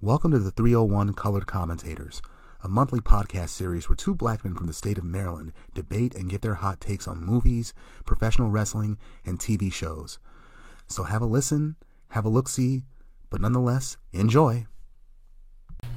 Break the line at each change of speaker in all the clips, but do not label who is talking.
Welcome to the 301 Colored Commentators, a monthly podcast series where two black men from the state of Maryland debate and give their hot takes on movies, professional wrestling, and TV shows. So have a listen, have a look see, but nonetheless, enjoy.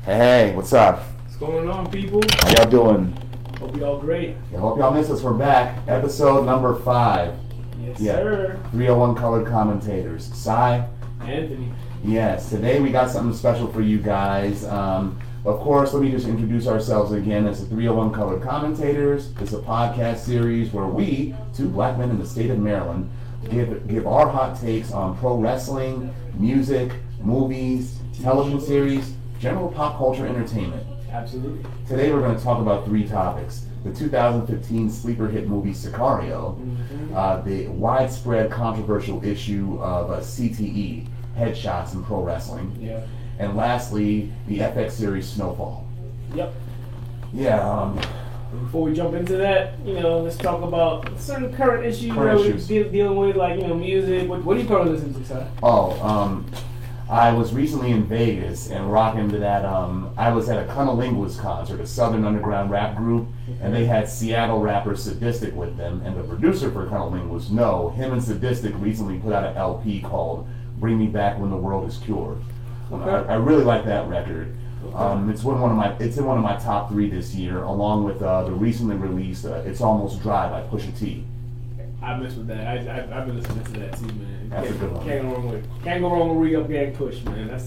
Hey, what's up?
What's going on, people?
How y'all doing?
Hope y'all great.
I hope y'all miss us. We're back. Episode number five.
Yes,
Yeah.
sir.
301 Colored Commentators. Cy,
Anthony.
yes, today we got something special for you guys. Um, of course, let me just introduce ourselves again as the 301 Colored Commentators. It's a podcast series where we, two black men in the state of Maryland, give, give our hot takes on pro wrestling, music, movies, television series, general pop culture entertainment.
Absolutely.
Today we're going to talk about three topics: the 2015 sleeper hit movie Sicario, uh, the widespread controversial issue of uh, CTE, headshots in pro wrestling,
Yeah.
and lastly the FX series Snowfall.
Yep.
Yeah, um,
Before we jump into that, you know, let's talk about certain current issues
Current
that we're
issues.
de- dealing with, like you know, music. What, what do you currently listen to, sir?
oh, um, I was recently in Vegas and rocking to that. Um, I was at a Cunnilingus concert, a Southern underground rap group, and they had Seattle rapper Sadistic with them. And the producer for Cunnilingus, no, him and Sadistic recently put out an LP called "Bring Me Back When the World Is Cured." Um, I, I really like that record. Um, it's one, one of my it's in one of my top three this year, along with uh, the recently released uh, "It's Almost Dry" by Pusha T.
I mess with that. I, I I've been listening to that too, man.
That's a
Can't-
good one.
Can't go wrong with. Can't go wrong with re up gang push, man. That's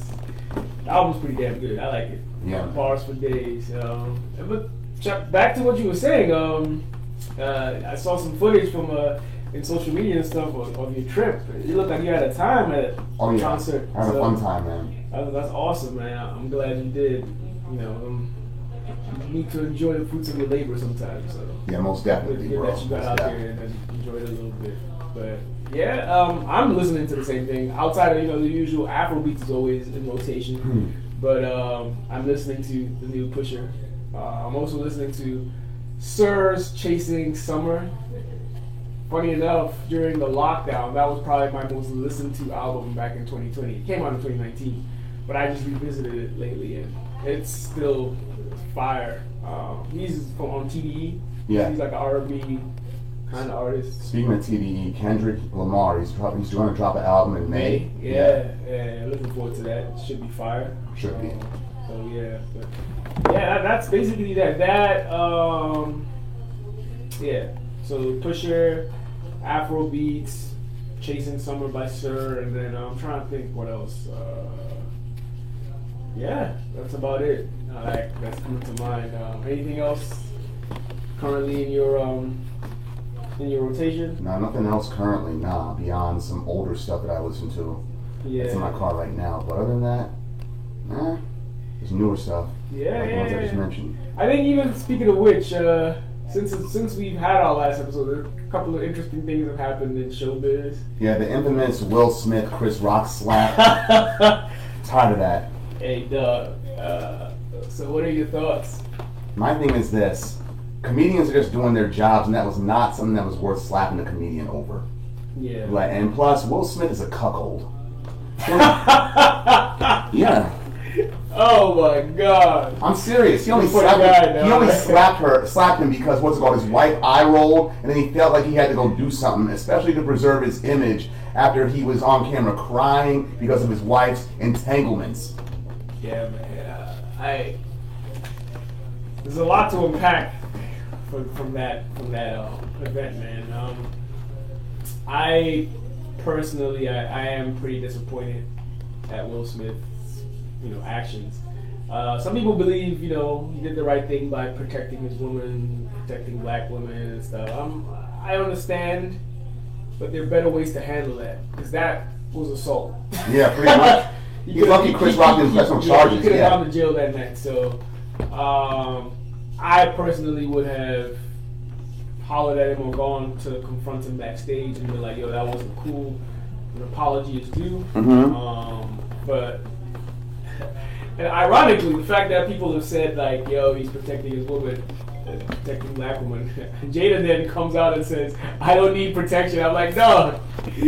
the album's pretty damn good. I like it.
Yeah.
Bars for days. Um, but Chuck, back to what you were saying. Um, uh, I saw some footage from uh, in social media and stuff of, of your trip. You look like you had a time at a
Oh yeah,
concert.
I had a
So,
fun time, man.
uh, that's awesome, man. I'm glad you did. You know, um, you need to enjoy the fruits of your labor sometimes. So
Yeah, most
good
definitely,
good
bro.
that you got
Most
out
definitely.
there and and enjoyed it a little bit. But yeah, um, I'm listening to the same thing outside of you know the usual Afrobeats is always in rotation. But um, I'm listening to the new Pusher. Uh, I'm also listening to Sirs Chasing Summer. Funny enough, during the lockdown, that was probably my most listened to album back in 2020. It came out in 2019, but I just revisited it lately and it's still fire. Um, he's from on TDE.
Yeah.
He's like an R&B kind of artist.
Speaking of TDE, Kendrick Lamar, he's probably he's going to drop an album in May.
Yeah, yeah. Looking forward to that. Should be fire.
Should be.
Um, so yeah, but yeah, that, that's basically that. That um, yeah. So Pusher, Afro Beats, Chasing Summer by Sir, and then I'm trying to think what else. Uh, yeah, that's about it. Uh, that- that's coming to mind. Um, anything else currently in your um in your rotation?
Now nothing else currently, nah, beyond some older stuff that I listen to.
Yeah.
It's in my car right now. But other than that, nah. There's newer stuff.
Yeah,
Like the
yeah,
ones I just
yeah.
mentioned.
I think even speaking of which, uh, since since we've had our last episode, there are a couple of interesting things have happened in showbiz.
Yeah, the infamous Will Smith Chris Rock slap. Tired of that.
and uh, uh, so, what are your thoughts?
My thing is this. Comedians are just doing their jobs and that was not something that was worth slapping a comedian over.
Yeah.
Like, and plus Will Smith is a cuckold. yeah.
oh my god.
I'm serious. He only
Poor
slapped.
guy,
he
no.
only slapped her, slapped him because what's it called? His wife eye rolled, and then he felt like he had to go do something, especially to preserve his image after he was on camera crying because of his wife's entanglements.
Yeah, man. Uh, I there's a lot to unpack from, from that from that uh, event, man. Um, I personally, I, I am pretty disappointed at Will Smith's, you know, actions. Uh, some people believe, you know, he did the right thing by protecting his woman, protecting black women and stuff. Um, I understand, but there are better ways to handle that because that was assault.
Yeah, pretty much.
You
He's
could've-
lucky
you-
Chris
you-
Rock
you-
didn't press on
you- you
charges.
could've gone
Yeah,
to jail that night. So, um, I personally would have hollered at him or gone to confront him backstage and be like, "Yo, that wasn't cool. An apology is due."
Mhm.
Um, but and ironically, the fact that people have said like, "Yo, he's protecting his woman," uh, protecting black woman. Jada then comes out and says, "I don't need protection." I'm like, "No,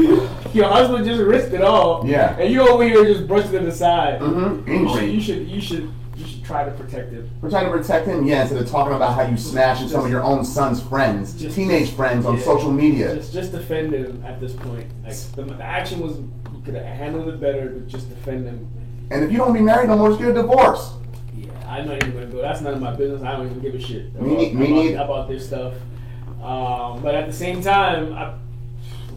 your husband just risked it all,
Yeah.
and you over here just brushing it aside.
Mm-hmm.
You should, you
Angry.
should, you should, you should try to protect him."
We're trying to protect him, yeah, instead of talking about how you smashing some of your own son's friends,
Just-
teenage friends on
yeah.
social media.
Just, just defend him at this point. Like the, the action was, you could have handled it better, but just defend him.
And if you don't be married no more, just get a divorce.
Yeah, I'm not even gonna go. That's none of my business. I don't even give a shit about,
Me nei- me
about,
neither.
about this stuff. Um, but at the same time, I,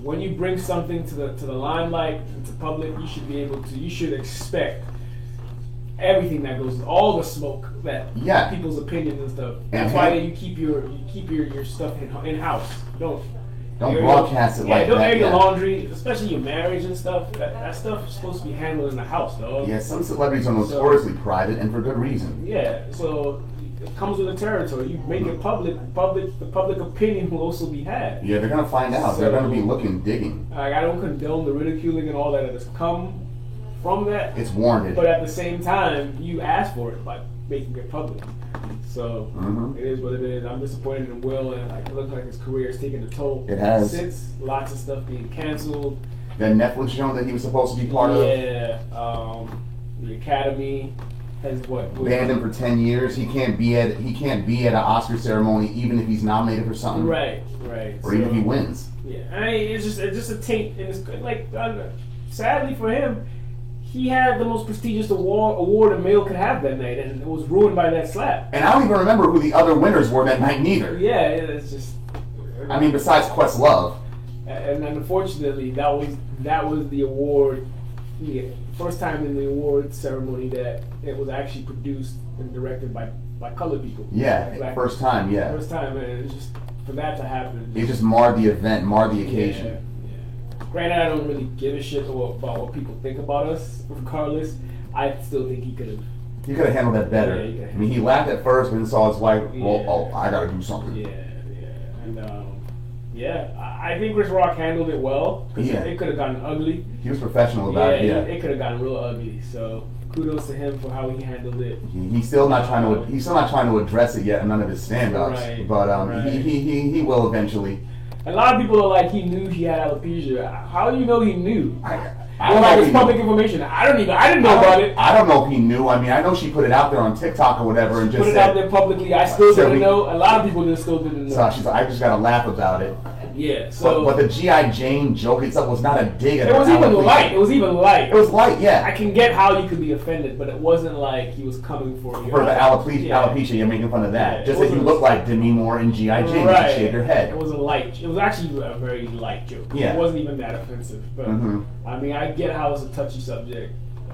when you bring something to the to the limelight, to public, you should be able to. You should expect everything that goes, all the smoke that
Yeah.
people's opinions and stuff. That's
Mhm.
why you keep your you keep your, your stuff in in house. Don't
Don't
air your-
broadcast it
yeah,
like
don't
that.
air your
yeah.
laundry, especially your marriage and stuff. That, that stuff is supposed to be handled in the house, dog.
Yeah, some celebrities are notoriously private and for good reason.
Yeah, so it comes with the territory. You make it public, public, the public opinion will also be had.
Yeah, they're gonna find out. they're gonna be looking, digging.
Like I don't condone the ridiculing and all that that has come from that,
It's warranted.
but at the same time, you ask for it by making it public. So
Mhm.
it is what it is. I'm disappointed in Will, and like it looks like his career is taking a toll.
It has.
since lots of stuff being canceled.
that Netflix show that he was supposed to be part of,
yeah, um, the Academy has what?
banned him for ten years. He can't be at he can't be at an Oscar ceremony even if he's nominated for something,
Right, right.
or even
So-
if he wins.
Yeah, I mean, it's just it's just a taint, and it's good. like I don't know. sadly for him, he had the most prestigious award award a male could have that night, and it was ruined by that slap.
And I don't even remember who the other winners were that night neither.
Yeah, it- it's just.
I mean, besides Questlove,
and unfortunately, that was that was the award, the first time in the award ceremony that it was actually produced and directed by by colored people.
yeah,
Black-
first time, yeah,
first time, and it's just for that to happen.
it just marred the event, marred the
Yeah,
occasion.
yeah. Granted, I don't really give a shit about about what people think about us. Regardless, I still think he could have.
He could have handled that better.
Yeah, yeah.
I mean, he laughed at first, but then saw his wife. Well,
Yeah.
oh, I gotta do something.
Yeah, yeah, and um, yeah. I, I think Chris Rock handled it well. 'cause
Yeah.
it could have gotten ugly.
He was professional about it.
yeah,
Yeah.
it, could have gotten real ugly. So kudos to him for how he handled it.
He- He's still not trying to. He's still not trying to address it yet in none of his stand-ups.
Right,
But um,
right.
he, he, he he will eventually.
A lot of people are like, he knew he had alopecia. How do you know he knew?
I, I
Well, like
don't
it's
know. if
public
he knew.
information. I don't even. I didn't know
I
about
don't,
it.
I don't know if he knew. I mean, I know she put it out there on TikTok or whatever, and just
Put it
said.
out there publicly. I still
So
didn't
we-
know. A lot of people just still didn't know.
So she's like, I just gotta laugh about it.
Yeah. So
But, but the GI Jane joke itself was not a dig. At
It
her
was even
alopecia.
light. It was even light.
It was light,
I
yeah.
can get how you could be offended, but it wasn't like he was coming for you.
For the alopecia,
Yeah.
alopecia, you're making fun of that.
Yeah,
just
it
that you
wasn't-
look like Demi Moore in GI Jane. You
Right.
shave your head.
It was a light. It was actually a very light joke.
Yeah.
It wasn't even that offensive. But
Mhm.
I mean, I get how it's a touchy subject.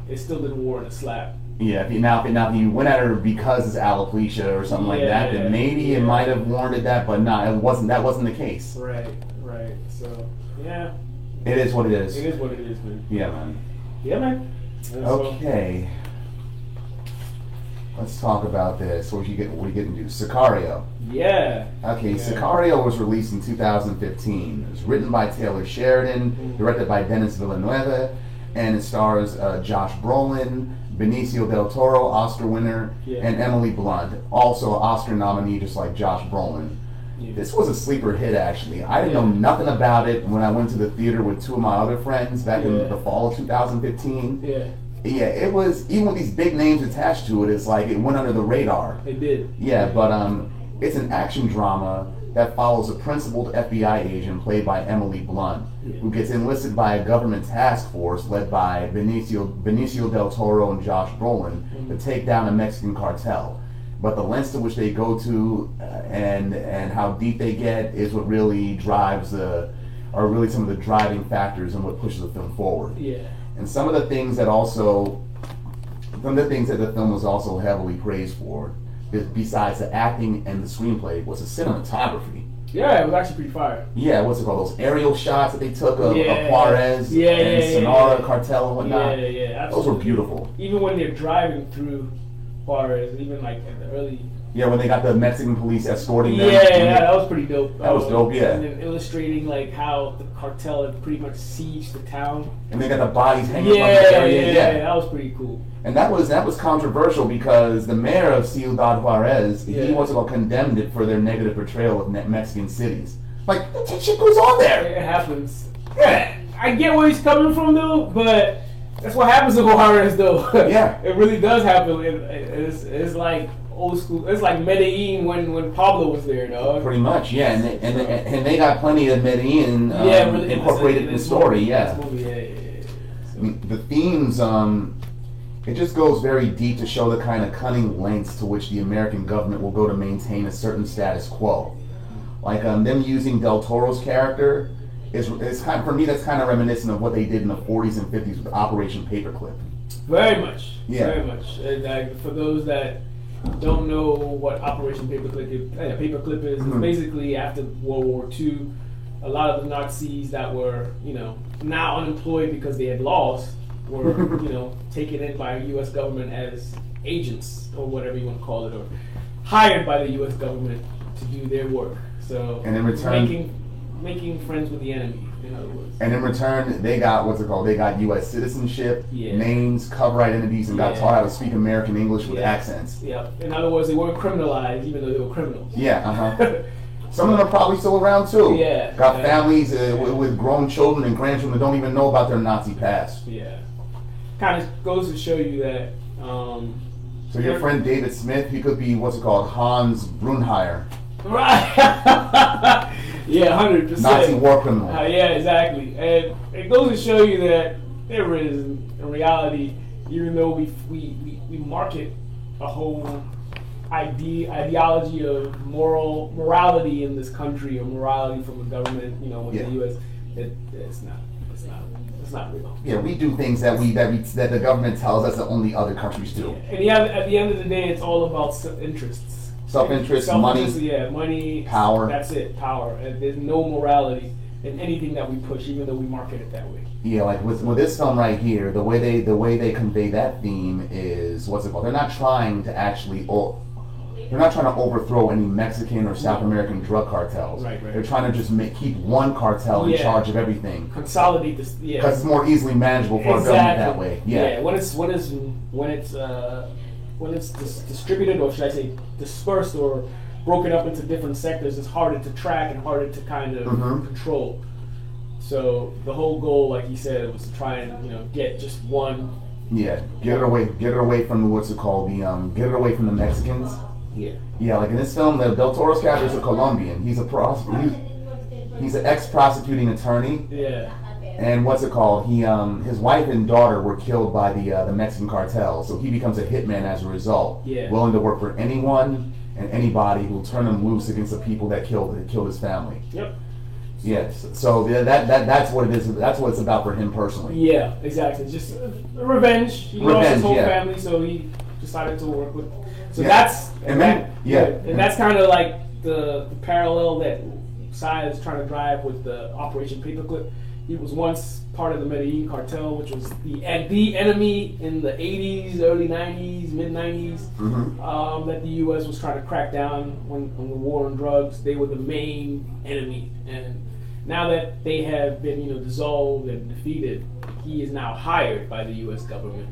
It still didn't warrant a slap.
Yeah, if you, now, if, now if you went at her because it's alopecia or something like that,
Yeah.
then maybe it
Yeah.
might have warranted that, but no, it wasn't. That wasn't the case.
Right. Right. So yeah,
It is what it is.
it is what it is, man.
Yeah, man.
Yeah, man. And so-
Okay. Let's talk about this. What you get? What you getting to? Sicario.
yeah.
Okay,
Yeah.
Sicario was released in 2015. It was written by Taylor Sheridan, directed by Dennis Villanueva, and it stars uh, Josh Brolin, Benicio del Toro, Oscar winner,
Yeah.
and Emily Blunt, also an Oscar nominee, just like Josh Brolin.
Yeah.
This was a sleeper hit, actually. I didn't know
Yeah.
nothing about it when I went to the theater with two of my other friends back
Yeah.
in the fall of 2015.
Yeah.
Yeah, it was, even with these big names attached to it, it's like it went under the radar.
It did.
Yeah, but um, it's an action drama that follows a principled FBI agent played by Emily Blunt,
Yeah.
who gets enlisted by a government task force led by Benicio, Benicio del Toro and Josh Brolin to take down a Mexican cartel. But the lengths to which they go to uh, and and how deep they get is what really drives the, are really some of the driving factors and what pushes the film forward.
Yeah.
And some of the things that also, some of the things that the film was also heavily praised for, be- besides the acting and the screenplay, was the cinematography.
Yeah. It was actually pretty fire.
Yeah, what's it called? Those aerial shots that they took of,
Yeah.
of Juarez
Yeah,
and
yeah, yeah,
Sonora
yeah.
cartel and
Yeah.
whatnot.
Yeah. Absolutely.
Those were beautiful.
even when they're driving through Juarez, even like in the early.
Yeah, when they got the Mexican police escorting
Yeah,
them.
yeah, that was pretty dope.
That was
Uh,
dope, yeah.
And then illustrating like how the cartel had pretty much sieged the town.
And they got the bodies hanging
Yeah,
from the
yeah,
area.
yeah, that was pretty cool.
And that was that was controversial because the mayor of Ciudad Juarez,
Yeah.
he once ago condemned it for their negative portrayal of ne- Mexican cities. Like that shit goes on there.
It happens.
Yeah.
I get where he's coming from though, but that's what happens to Juarez though.
Yeah.
it really does happen. It, it's, it's like old school. It's like Medellin when when Pablo was there, dog.
Pretty much, yeah, and they, and, they, and they got plenty of Medellin um,
yeah, really
incorporated in the story,
movie,
yeah.
this movie, yeah, yeah, yeah.
I mean, the themes um it just goes very deep to show the kind of cunning lengths to which the American government will go to maintain a certain status quo. Like um, them using Del Toro's character is it's kind for me that's kind of reminiscent of what they did in the 40s and 50s with Operation Paperclip.
Very much.
Yeah.
Very much. And uh, for those that don't know what Operation Paperclip is, uh, Paperclip is, it's
Mhm.
basically after World War II, a lot of the Nazis that were, you know, now unemployed because they had lost were, you know, taken in by U.S. government as agents or whatever you want to call it, or hired by the U.S. government to do their work. So
And in return-
making making friends with the enemy. In other words.
And in return, they got what's it called? They got U.S. citizenship,
Yeah.
names, cover identities, and got
Yeah.
taught how to speak American English with
Yeah.
accents.
Yeah. In other words, they weren't criminalized, even though they were criminals.
Yeah, uh huh. Some of them are probably still around too.
Uh-huh. Yeah.
Got
Yeah.
families uh, with, with grown children and grandchildren that don't even know about their Nazi past.
Yeah. Kind of goes to show you that. Um,
So your friend David Smith, he could be what's it called? Hans Brunheier,
right. yeah, hundred
Nazi
percent.
war criminal.
Uh, yeah, exactly. And it goes to show you that there is, in reality, even though we we, we, we market a whole ide- ideology of moral morality in this country or morality from the government, you know, in
Yeah.
the U.S., it, it's not. It's not. It's not real.
Yeah, we do things that we that we that the government tells us that only other countries do.
And yeah, at the end of the day, it's all about s- interests.
Self-interest,
Self-interest,
money.
Yeah, money.
Power.
That's it, power. And there's no morality in anything that we push, even though we market it that way.
Yeah, like with, with this film right here, the way they the way they convey that theme is what's it called? They're not trying to actually o- they're not trying to overthrow any Mexican or South American drug cartels.
Right, right.
They're trying to just make, keep one cartel in
Yeah.
charge of everything
Consolidate this. Yeah.
because it's more easily manageable for a government that way. Yeah.
When it's when it's when it's uh, when it's dis- distributed, or should I say dispersed, or broken up into different sectors, it's harder to track and harder to kind of
Mhm.
control. So the whole goal, like you said, was to try and you know get just one.
Yeah, get it away, get it away from what's it called? The um, get it away from the Mexicans.
Yeah.
Yeah, like in this film, the Del Toro's character is a Colombian. He's a pros- he's, he's an ex-prosecuting attorney,
Yeah.
and what's it called? He um, his wife and daughter were killed by the uh, the Mexican cartel, so he becomes a hitman as a result.
Yeah.
willing to work for anyone and anybody who'll turn him loose against the people that killed that killed his family.
Yep.
Yes, so yeah, that that that's what it is. That's what it's about for him personally.
Yeah, exactly. Just uh, revenge. He lost
Revenge,
his whole
yeah.
family, so he decided to work with. So
Yeah.
that's
And then- yeah.
and that's kind of like the, the parallel that Sai is trying to drive with the Operation Paperclip. He was once part of the Medellin cartel, which was the and the enemy in the '80s, early '90s, mid '90s
Mm-hmm.
um, that the U.S. was trying to crack down on, on the war on drugs. They were the main enemy, and now that they have been, you know, dissolved and defeated, he is now hired by the U.S. government,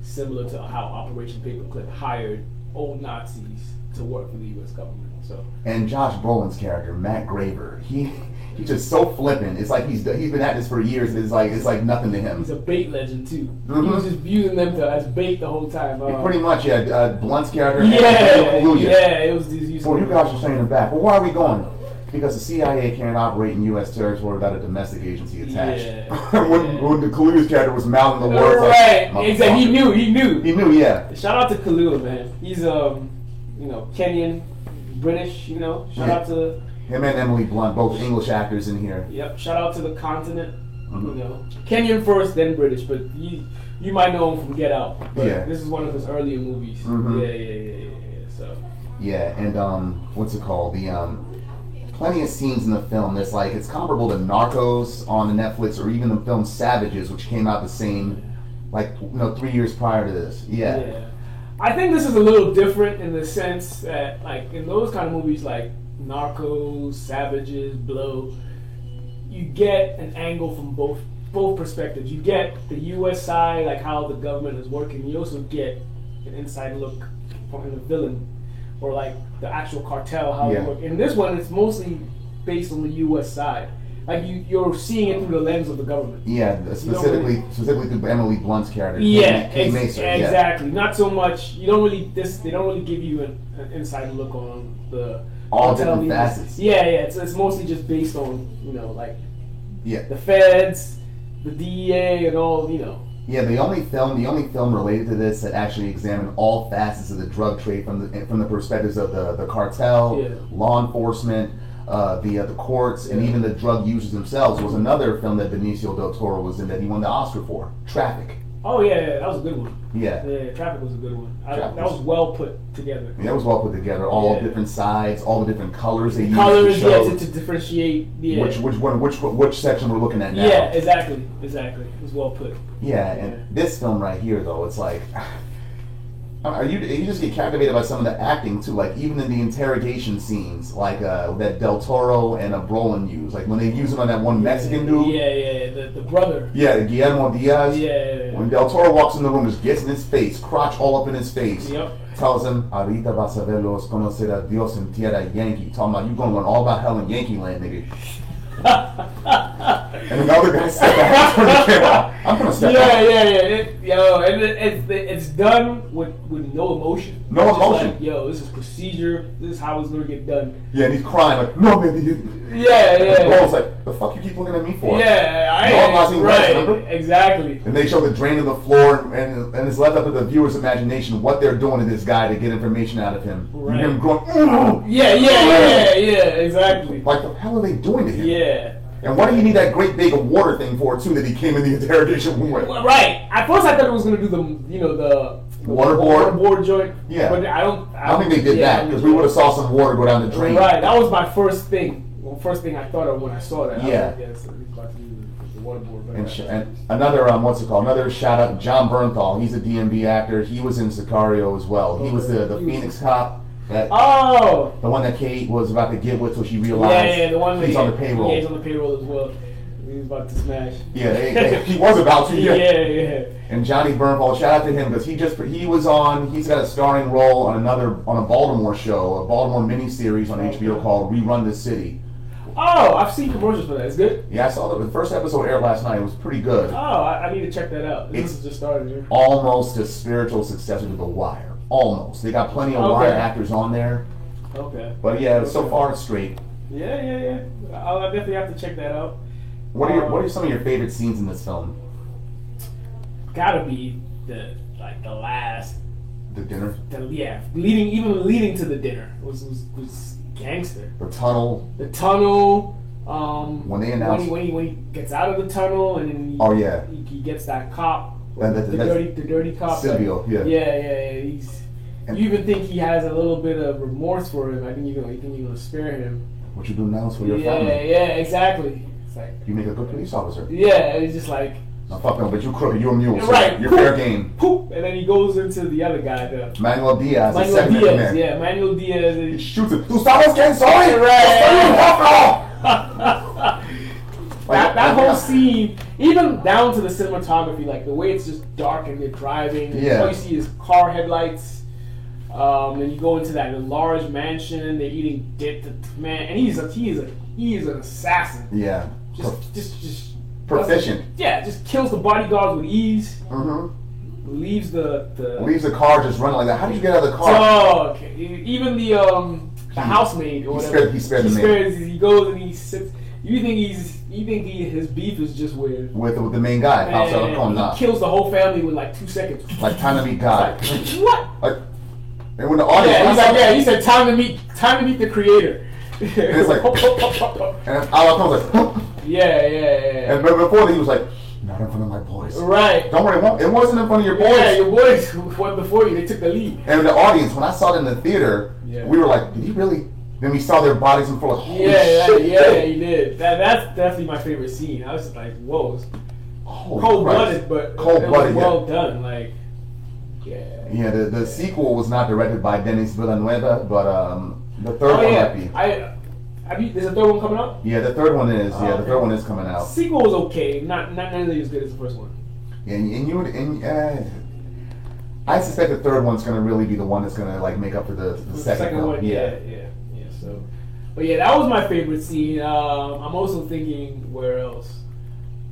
similar to how Operation Paperclip hired old Nazis to work for the U.S. government. So
and Josh Brolin's character, Matt Graver, he he's just so flippant. It's like he's he's been at this for years. And it's like it's like nothing to him.
he's a bait legend too. He
Mhm.
was just viewing them to, as bait the whole time.
Yeah,
Um,
pretty much, yeah. Uh, Blunt's character, and
yeah,
Hallelujah.
yeah, it was these.
Well, you guys are saying it back. Well, why are we going? Because the CIA can't operate in U.S. territory without a domestic agency attached.
Yeah.
when, when the Kaluuya's character was mouthing the words,
Right,
like,
exactly.
"Motherfucker."
He knew. He knew.
He knew, yeah.
Shout out to Kalua, man. He's um, you know, Kenyan, British. You know, shout out to
Him and Emily Blunt, both English actors in here.
yep. Shout out to the continent. You
Mm-hmm.
know, Kenyan first, then British. But you you might know him from Get Out. But
Yeah.
This is one of his earlier movies.
Mhm.
Yeah, yeah, yeah, yeah, yeah. So
Yeah, and um, what's it called? The um, plenty of scenes in the film that's like it's comparable to Narcos on the Netflix, or even the film Savages, which came out the same, like you know, three years prior to this. Yeah,
I think this is a little different in the sense that, like, in those kind of movies, like Narcos, Savages, Blow, you get an angle from both both perspectives. You get the U.S. side, like how the government is working. You also get an inside look from the villain, or like the actual cartel how
Yeah.
they work. In this one, it's mostly based on the U.S. side. Like you, you're seeing it through the lens of the government.
Yeah, specifically specifically through Emily Blunt's character. Kay-
Yeah,
Kay
ex-
Mason, yeah.
exactly. Not so much. You don't really this. They don't really give you an, an inside look on the
All
hotel
different
leaders.
facets.
Yeah, yeah. It's, it's mostly just based on you know like
Yeah.
the feds, the DEA, and all you know.
Yeah, the only film, the only film related to this that actually examined all facets of the drug trade from the from the perspectives of the the cartel,
Yeah.
law enforcement, uh, the uh, the courts, and
Yeah.
even the drug users themselves was another film that Benicio del Toro was in that he won the Oscar for, Traffic.
Oh yeah, yeah, that was a good one.
Yeah,
Yeah, traffic was a good one. I, that
Traffic
was
was-
well put together.
I mean, that was well put together. All
Yeah.
different sides, all the different colors they used to
Colors, yeah,
show
to, to differentiate. Yeah,
which which one which which section we're looking at now.
yeah, exactly, exactly. It was well put.
Yeah, and this film right here, though, it's like, are you you just get captivated by some of the acting too? Like even in the interrogation scenes, like uh, that Del Toro and a Brolin use, like when they use him on that one Mexican dude.
Yeah, yeah, yeah. The, the brother.
Yeah, Guillermo Diaz.
Yeah, yeah, yeah.
When Del Toro walks in the room, just gets in his face, crotch all up in his face.
Yep.
Tells him, "Ahorita vas a verlos conocer a Dios en tierra Yankee." Talking about you going to learn all about hell in Yankee land, nigga. and another guy said that when he came out. I'm gonna step out.
Yeah, yeah, yeah. It, yo, and it, it's it's done with with no emotion.
No
It's just
emotion.
Like, yo, this is procedure. This is how it's gonna get done.
Yeah, and he's crying like, no, man. You.
Yeah,
And
yeah,
Paul's like, the fuck you keep looking at me for?
yeah. I
No emotion,
right,
remember?
exactly.
And they show the drain of the floor, and and it's left up to the viewer's imagination what they're doing to this guy to get information out of him.
Right.
You hear him going, "Ooh."
Yeah, yeah, yeah, yeah. Exactly.
like the hell are they doing to him?
Yeah.
And what do you need that great big water thing for too that he came in the interrogation room with?
Well, Right. At first, I thought it was gonna do the you know the, the
Waterboard?
waterboard joint.
Yeah.
But I don't.
I don't think they did
yeah,
that because we would have saw some water go down the drain.
Right. That was my first thing. Well, first thing I thought of when I saw that. I was
Yeah.
Like, yeah. So he's about to do the waterboard. But
And, sh- and another, um, what's it called? Another shout out, John Bernthal. He's a DMB actor. He was in Sicario as well. He was the, the
He was-
Phoenix cop. That
oh.
The one that Kate was about to get with till she realized
Yeah, yeah, the one
he's
that-
on the payroll.
Yeah, he's on the payroll as well. He's about to smash.
Yeah, they- they- he was about to.
Yeah,
Yeah.
yeah, yeah.
And Johnny Bernthal, shout out to him because he just he was on. He's got a starring role on another on a Baltimore show, a Baltimore miniseries on HBO called Rerun the City.
Oh, I've seen commercials for that. It's good.
Yeah, I saw the, the first episode aired last night. It was pretty good.
Oh, I, I need to check that out. This
It's-
is just started. Here.
Almost a spiritual successor to The Wire. Almost. They got plenty of
Okay.
Wire actors on there,
Okay.
but yeah, so far it's straight.
Yeah, yeah, yeah. I'll I'll definitely have to check that out.
What are your,
Um,
what are some of your favorite scenes in this film?
Gotta be the like the last.
The dinner,
The, yeah, leading even leading to the dinner was was, was gangster.
the tunnel.
The tunnel. Um,
When they
when
announced-
he, when, he, when he gets out of the tunnel and then he,
Oh yeah.
he, he gets that cop,
That- that-
the
that's-
dirty, the dirty cop.
Silvio, yeah.
yeah, yeah, yeah. He's,
And-
you even think he has a little bit of remorse for him. I think you're gonna, you think you're gonna spare him.
What you do now is for your
yeah,
family.
yeah, exactly. It's like,
You make a good police officer.
yeah, it's just like,
No, fuck no, but you crook, you're a mule. So
Right.
You're fair game.
poop, and then he goes into the other guy, the
Manuel Diaz, the
Manuel
second in
Diaz.
command.
Yeah, Manuel Diaz.
He
and-
shoots it. Tu sabes quién soy? Fuck off!
that, that
uh,
whole scene, even down to the cinematography, like the way it's just dark and they're driving.
Yeah.
All you see is car headlights. Um, and you go into that large mansion. They're eating dip. Man, and he's a he is a he is an assassin.
Yeah.
Just just just
Proficient.
Yeah, just kills the bodyguards with ease.
Mm-hmm.
Leaves the the
Leaves the car just running like that. How did you get out of the car?
dog. Oh, E, Even the um the housemaid or
he
whatever.
spared- he spared
he
the man.
spares- He goes and he sits. You think he's you think he, his beef is just with
With, with the main guy, pops out of
And he kills the whole family with like two seconds.
Oh, Like, time to meet God.
what?
like, and when the audience,
Yeah, he's like, yeah, he said time to meet, time to meet the creator.
it's like- and Allah comes like, "Huh?"
yeah, yeah, yeah.
and but before that he was like, not in front of my boys.
right.
Don't worry, it won't- it wasn't in front of your boys.
Yeah, your boys went before you. They took the lead.
And the audience, when I saw it in the theater,
Yeah.
we were like, did he really? Then we saw their bodies and full of holy
Yeah, yeah,
shit.
yeah, he did. That, that's definitely my favorite scene. I was just like, whoa,
Holy
cold
Christ.
blooded, but
Cold
it
blooded,
was well done. Like, Yeah.
Yeah, the, the sequel was not directed by Denis Villanueva, but um, the third
Oh
one
yeah.
might be.
I have you. There's a third one coming up.
Yeah, the third one is. Yeah,
Oh,
the
okay.
third one is coming out.
Sequel was okay. Not not nearly as good as the first one.
And, and you would- and uh, I suspect the third one's gonna really be the one that's gonna like make up for the, the
The
second, one.
yeah, yeah, yeah. So, but yeah, that was my favorite scene. Um, I'm also thinking where else.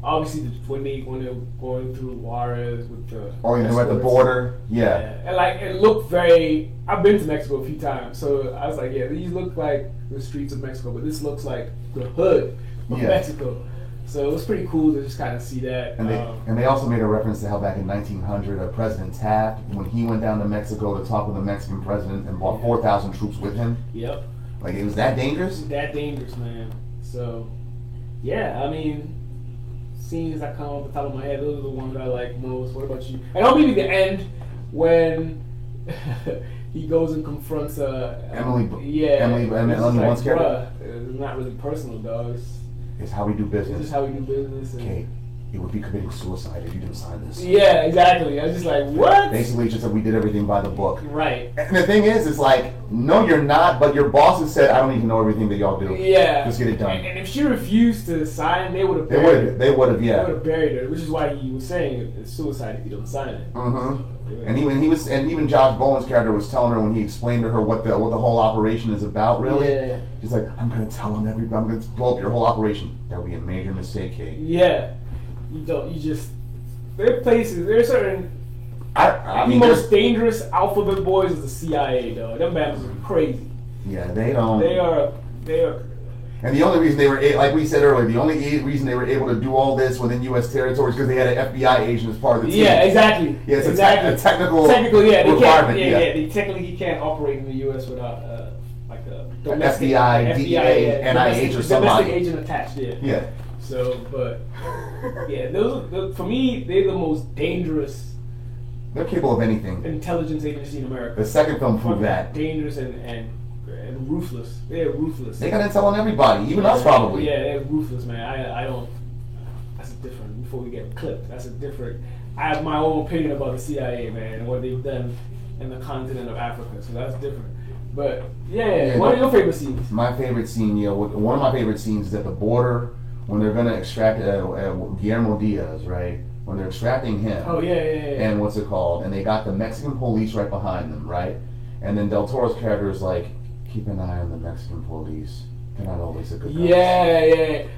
Obviously, the, when they when they're going through Juarez with the
Or Oh, you know at the
escorts.
border. Yeah.
Yeah, and like it looked very. I've been to Mexico a few times, so I was like, yeah, these look like the streets of Mexico, but this looks like the hood of
Yeah.
Mexico. So it was pretty cool to just kind of see that.
And they,
um,
and they also made a reference to how back in 1900, uh, President Taft, when he went down to Mexico to talk with the Mexican president and brought 4,000 troops with him,
yep.
like it was that dangerous.
that dangerous, man. So, yeah, I mean, scenes that come off the top of my head, those are the ones I like most. What about you? And I'll maybe the end when he goes and confronts uh,
Emily B-
Yeah,
Emily-
and
Emily-
it's just
Emily
like,
Blunt's character?
bruh, It's not really personal, dog. It's,
It's how we do
it's just
business.
how we do business. And,
Okay, you would be committing suicide if you didn't sign this.
Yeah, exactly. I was just like, what?
Basically, it's just that we did everything by the book.
Right.
And the thing is, it's like, no, you're not, but your boss has said, I don't even know everything that y'all do.
Yeah.
Just get it
And,
done.
and if she refused to sign, they would have
They would have, they would have,
They
yeah.
would have buried her, which is why he was saying it's suicide if you don't sign it.
Mm-hmm. And even he was, and even Josh Bowen's character was telling her when he explained to her what the what the whole operation is about. Really,
Yeah.
he's like, I'm gonna tell him everybody. I'm gonna blow up your whole operation. That would be a major mistake, Kate.
Yeah, you don't. You just there are places. There are certain
I, I mean,
the most
there's-
dangerous alphabet boys is the CIA, though. Them battles are crazy.
yeah, they don't.
They are. They are.
And the only reason they were, a- like we said earlier, the only a- reason they were able to do all this within U.S. territories because they had an FBI agent as part of the team.
Yeah, exactly.
Yeah, it's a te-
exactly.
a technical
Technically, yeah, they
requirement,
Can't, yeah,
yeah.
they technically can't operate in the U.S. without uh, like a domestic,
FBI,
FBI,
DEA,
yeah,
NIH, or
domestic,
somebody.
domestic agent attached. Yeah.
Yeah.
So, but yeah, those are the, for me, they're the most dangerous
They're capable of anything.
intelligence agency in America.
The second film
Fucking
proved that.
dangerous and, and and ruthless. They're ruthless.
They gotta tell on everybody, even us probably.
Yeah, they're ruthless, man. I I don't. That's a different. Before we get clipped, that's a different. I have my own opinion about the CIA, man, and what they've done in the continent of Africa. So that's different. But yeah,
Yeah,
what are
no-
your favorite scenes?
My favorite scene, you know, one of my favorite scenes is at the border when they're gonna extract uh, uh, Guillermo Diaz, right? When they're extracting him.
Oh yeah, yeah, yeah. yeah.
and what's it called? And they got the Mexican police right behind them, right? And then Del Toro's character is like, keep an eye on the Mexican police. They're not always a good guy.
yeah, yeah,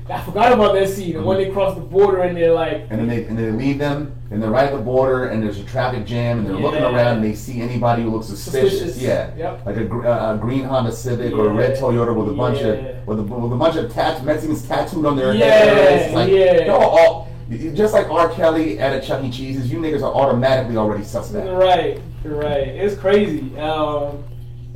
yeah. I forgot about that scene. And when they cross the border and they're like,
And then they and they leave them, and they're right at the border, and there's a traffic jam, and they're looking
Yeah.
around, and they see anybody who looks suspicious.
Suspicious.
Yeah,
Yep.
like a, gr- uh, a green Honda Civic or a red
Yeah.
Toyota with a bunch
Yeah.
of with a, with a bunch of tat- Mexicans tattooed on their
Yeah,
head. It's like,
yeah.
Y'all all, just like R. Kelly at a Chuck E. Cheese's, you niggas are automatically already suspect.
Right, right. It's crazy. Um,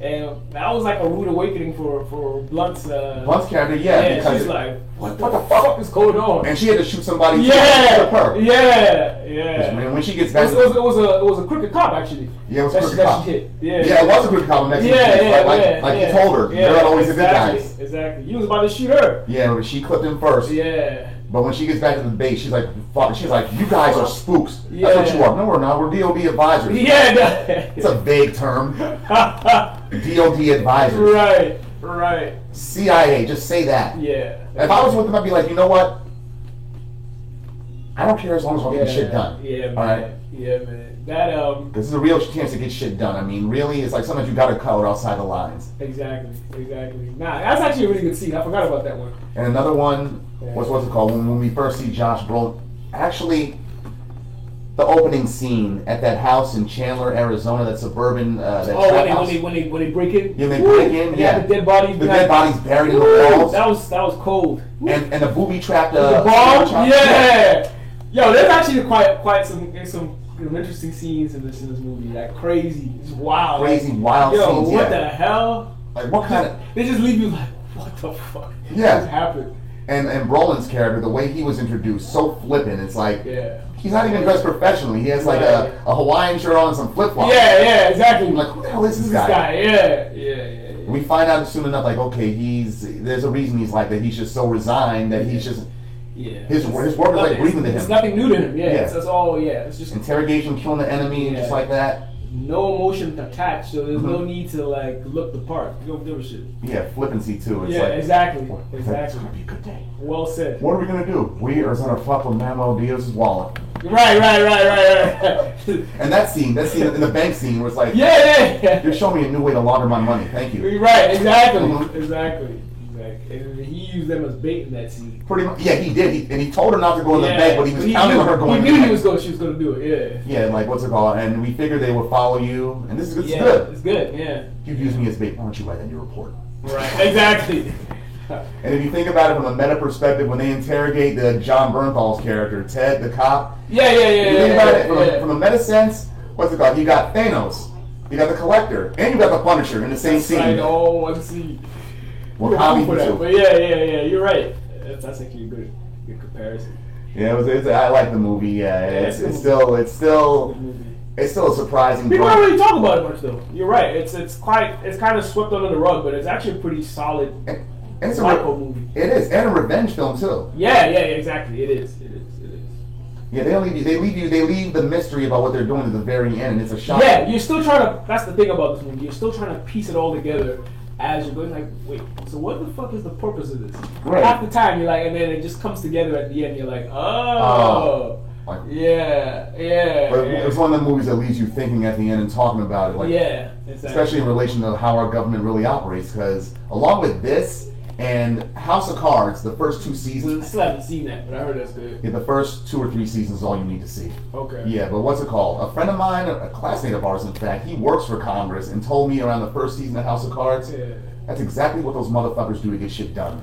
and that was like a rude awakening for for Blunt's. Uh,
Blunt's character, yeah, because
she's
it-
like,
what the, fuck is
what's going on?
And she had to shoot somebody.
yeah,
to her.
yeah, yeah.
And when she gets
It was,
back,
it was, it was a it was a crooked cop actually.
Yeah, it was a
that
crooked
she, that
cop.
she hit. Yeah,
yeah, it was a good comment. Next
Yeah, yeah,
like,
yeah,
like, like
yeah.
you told her,
yeah,
they're not always
exactly,
the good guys.
Exactly. You was about to shoot her.
Yeah, but she clipped him first.
Yeah.
But when she gets back to the base, she's like, "Fuck!" She's like, "You guys are spooks. That's what
Yeah.
you are." No, we're not. We're DOD advisors.
Yeah.
It's a vague term. DOD advisors.
right. Right.
CIA. Just say that.
Yeah.
If I was with them, I'd be like, you know what? I don't care as long as we're getting shit done.
Yeah, man.
All right.
Yeah, man. That um,
This is a real chance to get shit done. I mean, really, it's like sometimes you gotta color outside the lines.
exactly, exactly. Nah, that's actually a really good scene. I forgot about that one.
And another one, what's what's it called? When, when we first see Josh Brolin, actually, the opening scene at that house in Chandler, Arizona, that suburban, uh, that
Oh,
trap
when they, when
house.
they when they when they break in.
Yeah, they
Woo!
break in,
And
yeah.
They have the dead bodies.
the
behind-
dead bodies buried in the
Woo!
walls,
That was that was cold.
and and the booby trapped uh,
the ball.
Josh-
Yeah. Yo, there's actually quite quite some some some interesting scenes in this in this movie. Like crazy, it's wild,
crazy
Like,
wild
yo,
scenes.
what
yeah.
the hell?
Like what kind of?
They just leave you like, what the fuck?
Yeah.
Just happened.
And and Brolin's character, the way he was introduced, so flippant. It's like
Yeah.
he's not even dressed professionally. He has like
Right.
a, a Hawaiian shirt on and some flip flops.
Yeah, yeah, exactly.
I'm like, who the hell is
this
this,
guy. Yeah, yeah, yeah. yeah.
We find out soon enough, like, okay, he's there's a reason he's like that. He's just so resigned that he's just
Yeah.
His wor- his work is like
Nothing-
breathing to
It's
him.
nothing new to him. Yeah.
Yeah.
It's, that's all. Yeah. It's just.
interrogation, killing the enemy, and just
Yeah.
like that.
no emotion attached, so there's
Uh-huh.
no need to like look the part. You don't give a shit.
Yeah, flippancy too. It's
Yeah,
like,
exactly,
It's
exactly.
gonna be a good day.
Well said.
What are we gonna do? We are gonna fuck with Mamo Diaz's wallet.
Right, right, right, right, right.
And that scene, that scene in the bank scene, where it's like,
yeah, yeah.
you're showing me a new way to launder my money. Thank you.
You're right,
Mhm.
exactly, exactly, exactly. And he used them as bait in that scene.
Pretty much, yeah, he did. He, and he told her not to go in
Yeah,
the bank, but he was counting
knew,
on her going.
He
in
knew
the
he was
bank.
going. She was going to do it.
Yeah, and like what's it called? And we figured they would follow you. And this is
Yeah.
it's
yeah,
good.
It's good. Yeah.
You use me as bait. Why don't you write that in your report?
Right. Exactly.
And if you think about it from a meta perspective, when they interrogate the John Bernthal's character, Ted the cop,
Yeah, yeah, yeah.
If you
yeah,
think about it
yeah,
from,
yeah.
a, from a meta sense, what's it called? You got Thanos, you got the Collector, and you got the Punisher in the same scene.
Like all one scene.
Well,
We're
copy
cool for that,
too.
But yeah, yeah, yeah. You're right. That's, that's actually a good, good comparison.
Yeah, it was, it's, I like the movie. Yeah, it's,
it's
it's still, it's still,
movie.
it's still a surprising.
People
drama.
don't really talk about it much, though. You're right. It's it's quite it's kind of swept under the rug, but it's actually a pretty solid
And- and it's a
Michael
re-
movie.
it is, and a revenge film too.
Yeah, yeah, exactly. It is. It is. It is.
Yeah, they leave you, they leave you, they leave the mystery about what they're doing at the very end, and it's a shock.
Yeah, you're still trying to. That's the thing about this movie. You're still trying to piece it all together as you're going. Like, wait, so what the fuck is the purpose of this?
Right.
Half the time you're like, and then it just comes together at the end. You're like, oh,
Like,
yeah, yeah,
but
yeah.
it's one of the movies that leaves you thinking at the end and talking about it. Like,
yeah, exactly.
especially in relation to how our government really operates. Because along with this and House of Cards, the first two
I
seasons,
still haven't seen that, but I heard that's good.
yeah, the first two or three seasons is all you need to see.
Okay.
Yeah, but what's it called? A friend of mine, a classmate of ours, in fact, he works for Congress and told me around the first season of House of Cards,
Yeah.
that's exactly what those motherfuckers do to get shit done.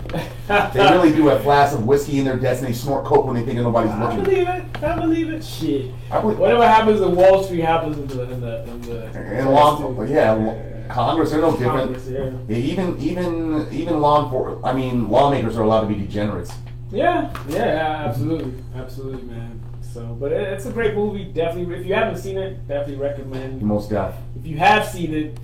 they really do have flasks of whiskey in their desk and they snort coke when they think nobody's
I
looking.
believe it. I believe it. Shit.
I believe-
Whatever happens in Wall Street happens in the in the in the.
And law, yeah, Congress, they're no different.
Congress, yeah.
Yeah, even even even law enfor- I mean lawmakers are allowed to be degenerates.
Yeah, yeah, yeah, absolutely, absolutely, man. So, but it, it's a great movie. Definitely, if you haven't seen it, definitely recommend.
Most deaf.
If you have seen it,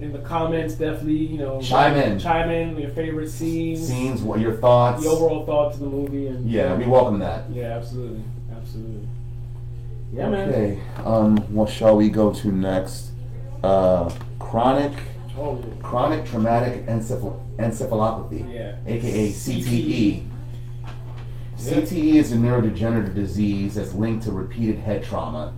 in the comments, definitely, you know,
Chime in.
chime in your favorite scenes,
Scenes, what your thoughts?
the overall thoughts of the movie, and
yeah, we welcome that.
yeah, absolutely, absolutely. Yeah, man.
Okay. Um, what shall we go to next? Uh, chronic
Oh,
chronic traumatic encephal- encephalopathy,
yeah.
aka CTE.
Yeah.
CTE E is a neurodegenerative disease that's linked to repeated head trauma,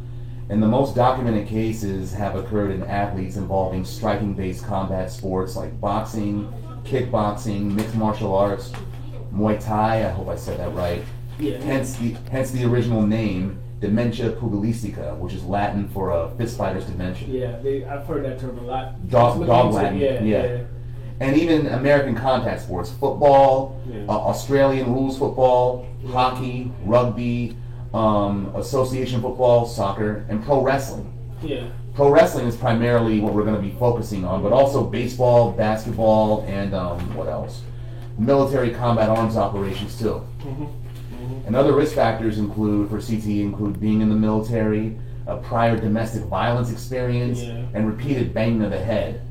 and the most documented cases have occurred in athletes involving striking-based combat sports like boxing, kickboxing, mixed martial arts, Muay Thai. I hope I said that right.
Yeah.
Hence the hence the original name dementia pugilistica, which is Latin for a fistfighter's dementia.
Yeah, they, I've heard that term a lot.
Dog-
Looking
dog
into it,
Latin,
Yeah,
yeah.
yeah.
and even American contact sports, football,
Yeah.
uh, Australian rules football, hockey, rugby, um, association football, soccer, and pro wrestling.
yeah.
Pro wrestling is primarily what we're going to be focusing on, but also baseball, basketball, and um, what else? Military combat arms operations too.
Mm-hmm.
And other risk factors include for CTE include being in the military, a prior domestic violence experience,
Yeah.
and repeated banging of the head.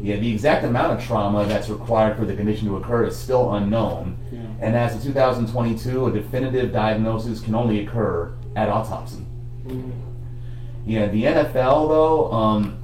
Yeah, the exact amount of trauma that's required for the condition to occur is still unknown.
Yeah.
And as of 2022, a definitive diagnosis can only occur at autopsy.
Mhm.
Yeah, the NFL though, um,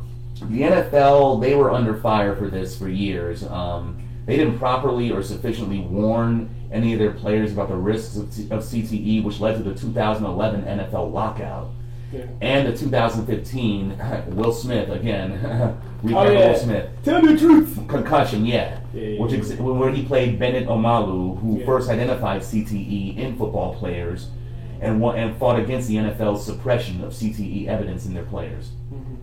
the NFL they were under fire for this for years. Um, they didn't properly or sufficiently warn any of their players about the risks of, t- of CTE, which led to the 2011 NFL lockout
Yeah.
and the 2015 Will Smith again. we
Oh,
have
yeah.
Will Smith
Tell me the truth.
concussion, yeah,
Yeah, yeah,
which
yeah.
ex- where he played Bennett Omalu, who
Yeah.
first identified CTE in football players, and wa- and fought against the NFL's suppression of CTE evidence in their players.
Mm-hmm.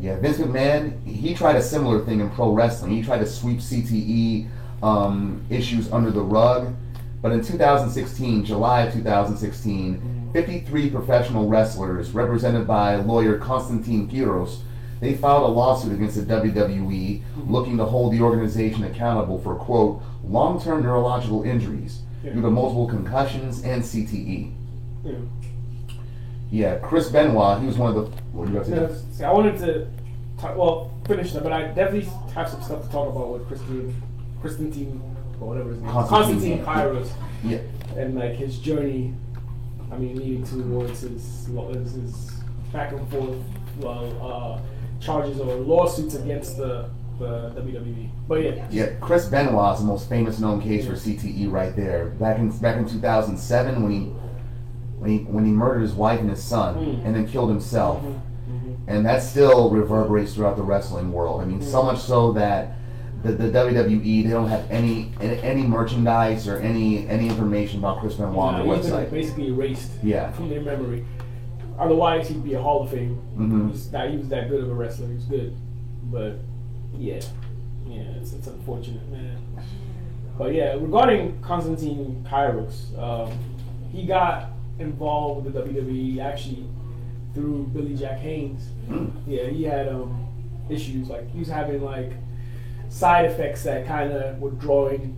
Yeah, Vince McMahon he tried a similar thing in pro wrestling. He tried to sweep CTE um, issues under the rug, but in 2016, July of 2016. 53 professional wrestlers, represented by lawyer Konstantin Kiros, they filed a lawsuit against the WWE looking to hold the organization accountable for, quote, long term neurological injuries due to multiple concussions and CTE.
Yeah.
Yeah, Chris Benoit, he was one of the. What do you have to
No,
do?
see, I wanted to talk, well finish that, but I definitely have some stuff to talk about with Christine, Christine, or whatever his name, is.
Constantine.
Constantine Kairos,
Yeah,
and like his journey. I mean, leading towards his, lo- his, his back and forth well, uh, charges or lawsuits against the, the WWE. But yeah,
Yeah, Chris Benoit's the most famous known case for CTE right there. Back in back in 2007 when he when he when he murdered his wife and his son
Mm.
and then killed himself.
Mhm.
And that still reverberates throughout the wrestling world. I mean, so
Mm.
much so that the, the WWE they don't have any any merchandise or any any information about Chris Benoit on their
he's been, like,
website.
basically erased
Yeah.
from their memory. Otherwise, he'd be a Hall of Fame.
Mhm.
He's not, he was that good of a wrestler. He's good, but yeah, yeah, it's, it's unfortunate, man. But yeah, regarding Constantine Kairos, um, he got involved with the WWE actually through Billy Jack Haynes. Yeah, he had um, issues like he was having like side effects that kind of were drawing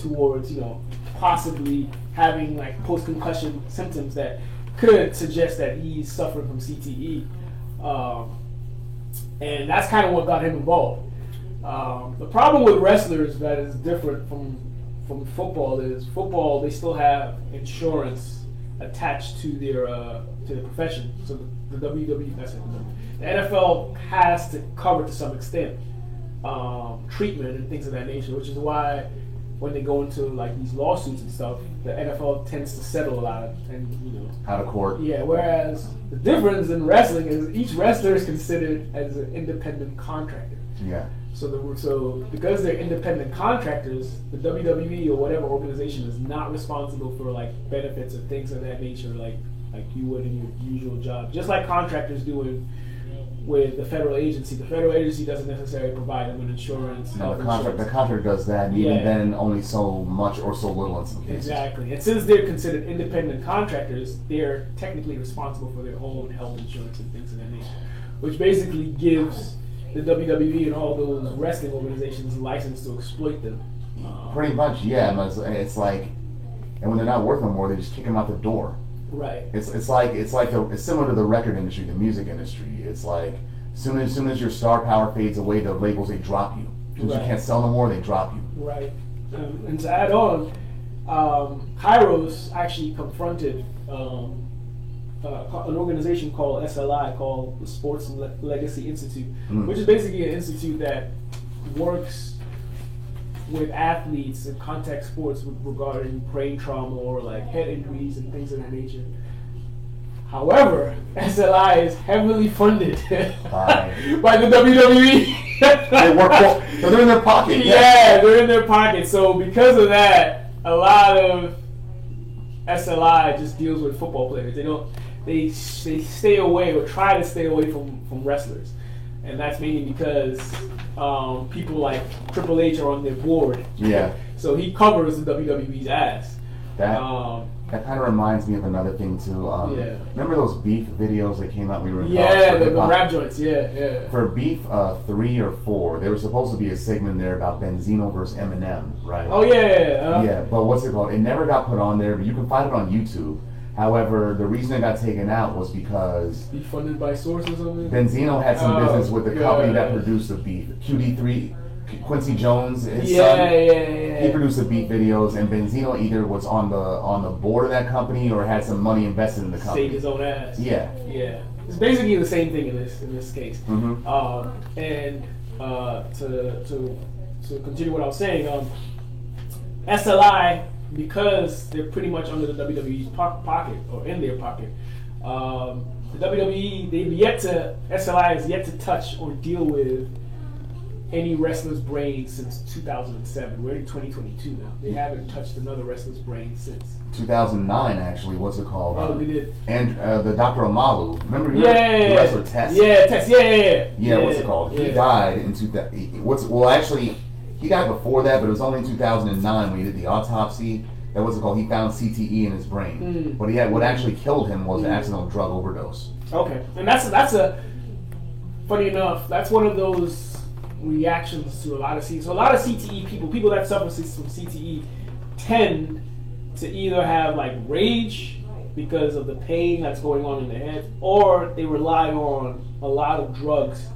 towards you know possibly having like post concussion symptoms that could suggest that he's suffering from CTE, um, and that's kind of what got him involved. Um, the problem with wrestlers that is different from from football is football they still have insurance attached to their uh, to the profession. So the, the WWE, that's it, the NFL has to cover to some extent um, treatment and things of that nature, which is why when they go into like these lawsuits and stuff, the NFL tends to settle a lot of, and you know
Out of court.
yeah, whereas the difference in wrestling is each wrestler is considered as an independent contractor.
Yeah.
So the so because they're independent contractors, the WWE or whatever organization is not responsible for like benefits and things of that nature, like like you would in your usual job. Just like contractors do in, with the federal agency, the federal agency doesn't necessarily provide them with insurance.
Now
health
the contract the
insurance.
contract does that, and even
Yeah.
then only so much or so little in some cases.
Exactly. And since they're considered independent contractors, they're technically responsible for their own health insurance and things of that nature, which basically gives the WWE and all those wrestling organizations license to exploit them. Uh,
Pretty much, yeah. but It's, it's like, and when they're not worth no more, they just kick them out the door.
right.
It's it's like it's like the, it's similar to the record industry, the music industry. It's like soon as soon as your star power fades away, the labels they drop you. Because
Right.
you can't sell no more, they drop you.
Right. Um, and to add on, um, Kairos actually confronted um, uh, an organization called SLI, called the Sports Le- Legacy Institute,
Mm.
which is basically an institute that works with athletes in contact sports with regarding brain trauma or like head injuries and things of that nature. However, SLI is heavily funded
By-
by the E. WWE.
They work for, so they're in their pocket.
Yeah, they're in their pocket. So because of that, a lot of SLI just deals with football players. They don't they they stay away or try to stay away from from wrestlers, and that's mainly because um, people like Triple H are on their board.
Yeah.
So he covers the WWE's ass.
That
Um,
that kind of reminds me of another thing too. Um,
Yeah.
Remember those beef videos that came out? We were in college
yeah,
for
the, the
hip-hop?
rap joints. Yeah, yeah.
for beef uh, three or four. There was supposed to be a segment there about Benzino versus Eminem, right?
Oh yeah, yeah. Uh,
Yeah, but what's it called? It never got put on there, but you can find it on YouTube. However, the reason it got taken out was because
Be funded by Source or something.
Benzino had some
Oh,
business with the company that
God.
produced the beat. QD3, Quincy Jones, his
yeah,
son.
yeah, yeah,
He
yeah.
produced the beat videos, and Benzino either was on the on the board of that company or had some money invested in the
Save
company.
his own ass.
Yeah.
Yeah, it's basically the same thing in this in this case.
Mhm.
Um, and uh, to to to continue what I was saying, um, SLI because they're pretty much under the WWE's po- pocket or in their pocket. Um, the WWE they've yet to SLI has yet to touch or deal with any wrestler's brain since 2007. We're in 2022 now. They haven't touched another wrestler's brain since.
2009, actually, what's it called?
Oh, they did.
and uh, the Dr. Amalu. Remember he
Yeah,
the wrestler Test?
Yeah, Tess. Yeah, yeah, yeah.
Yeah, what's it called? He
yeah.
died in 2000. What's well, actually, he died before that, but it was only in 2009 when he did the autopsy. That what's it called? He found CTE in his brain.
Mm.
But he had what actually killed him was an
Mm.
accidental drug overdose.
Okay, and that's that's a funny enough. That's one of those reactions to a lot of CTE. So a lot of CTE people, people that suffer from CTE, tend to either have like rage because of the pain that's going on in their head, or they rely on a lot of drugs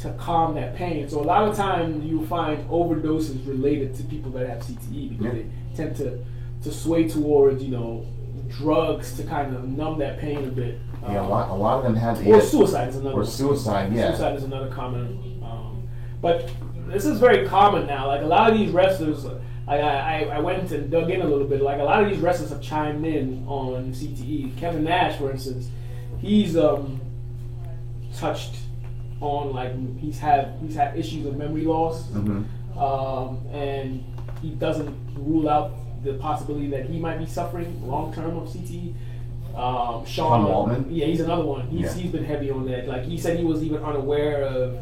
to calm that pain. So a lot of times you find overdoses related to people that have CTE E because
Yeah.
they tend to to sway towards you know drugs to kind of numb that pain a bit. Um,
Yeah, a lot, a lot of them have
Or
it.
suicide is another.
Or
one.
suicide, yeah.
Suicide is another common. Um, but this is very common now. Like a lot of these wrestlers, like I, I, I went and dug in a little bit. Like a lot of these wrestlers have chimed in on CTE. Kevin Nash, for instance, he's um, touched on like he's had he's had issues of memory loss,
Mhm.
um, and he doesn't rule out the possibility that he might be suffering long term of CTE. Um, Sean
Sean Waltman?
yeah, he's another one. He's,
Yeah.
he's been heavy on that. Like he said, he was even unaware of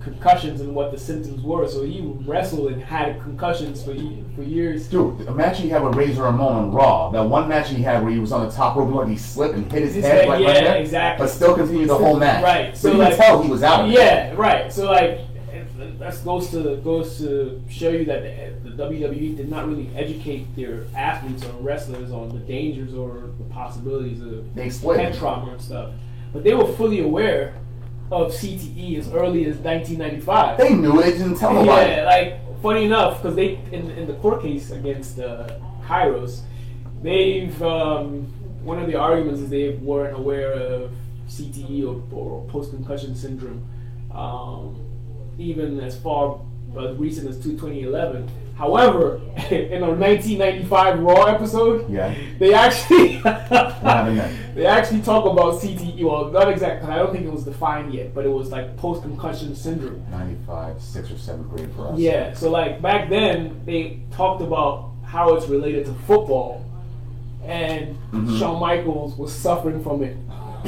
concussions and what the symptoms were. So he wrestled and had concussions for ye- for years.
Dude, a match he had with Razor Ramon on Raw. That one match he had where he was on the top rope and he slipped and hit his,
His
head
head,
right,
yeah,
right there.
exactly.
But still continued the whole match.
Right,
So
so
you
like-
could tell he was out. Of it.
Yeah, right. So like it- that goes to goes to show you that the, the WWE did not really educate their athletes or wrestlers on the dangers or the possibilities of
They exploited
head
it.
trauma and stuff. But they were fully aware of CTE as early as 1995.
They knew it. They didn't tell nobody.
Yeah, like funny enough, because they in, in the court case against uh, Kairos, they've um, one of the arguments is they weren't aware of CTE or, or post concussion syndrome, um, even as far as recent as 2011. However, in a 1995 Raw episode,
Yeah.
they actually
happened then?
they actually talk about CTE. Well, not exactly. I don't think it was defined yet, but it was like post concussion syndrome.
95, 6th or 7th grade for us.
Yeah, so like back then they talked about how it's related to football, and
Mm-hmm.
Shawn Michaels was suffering from it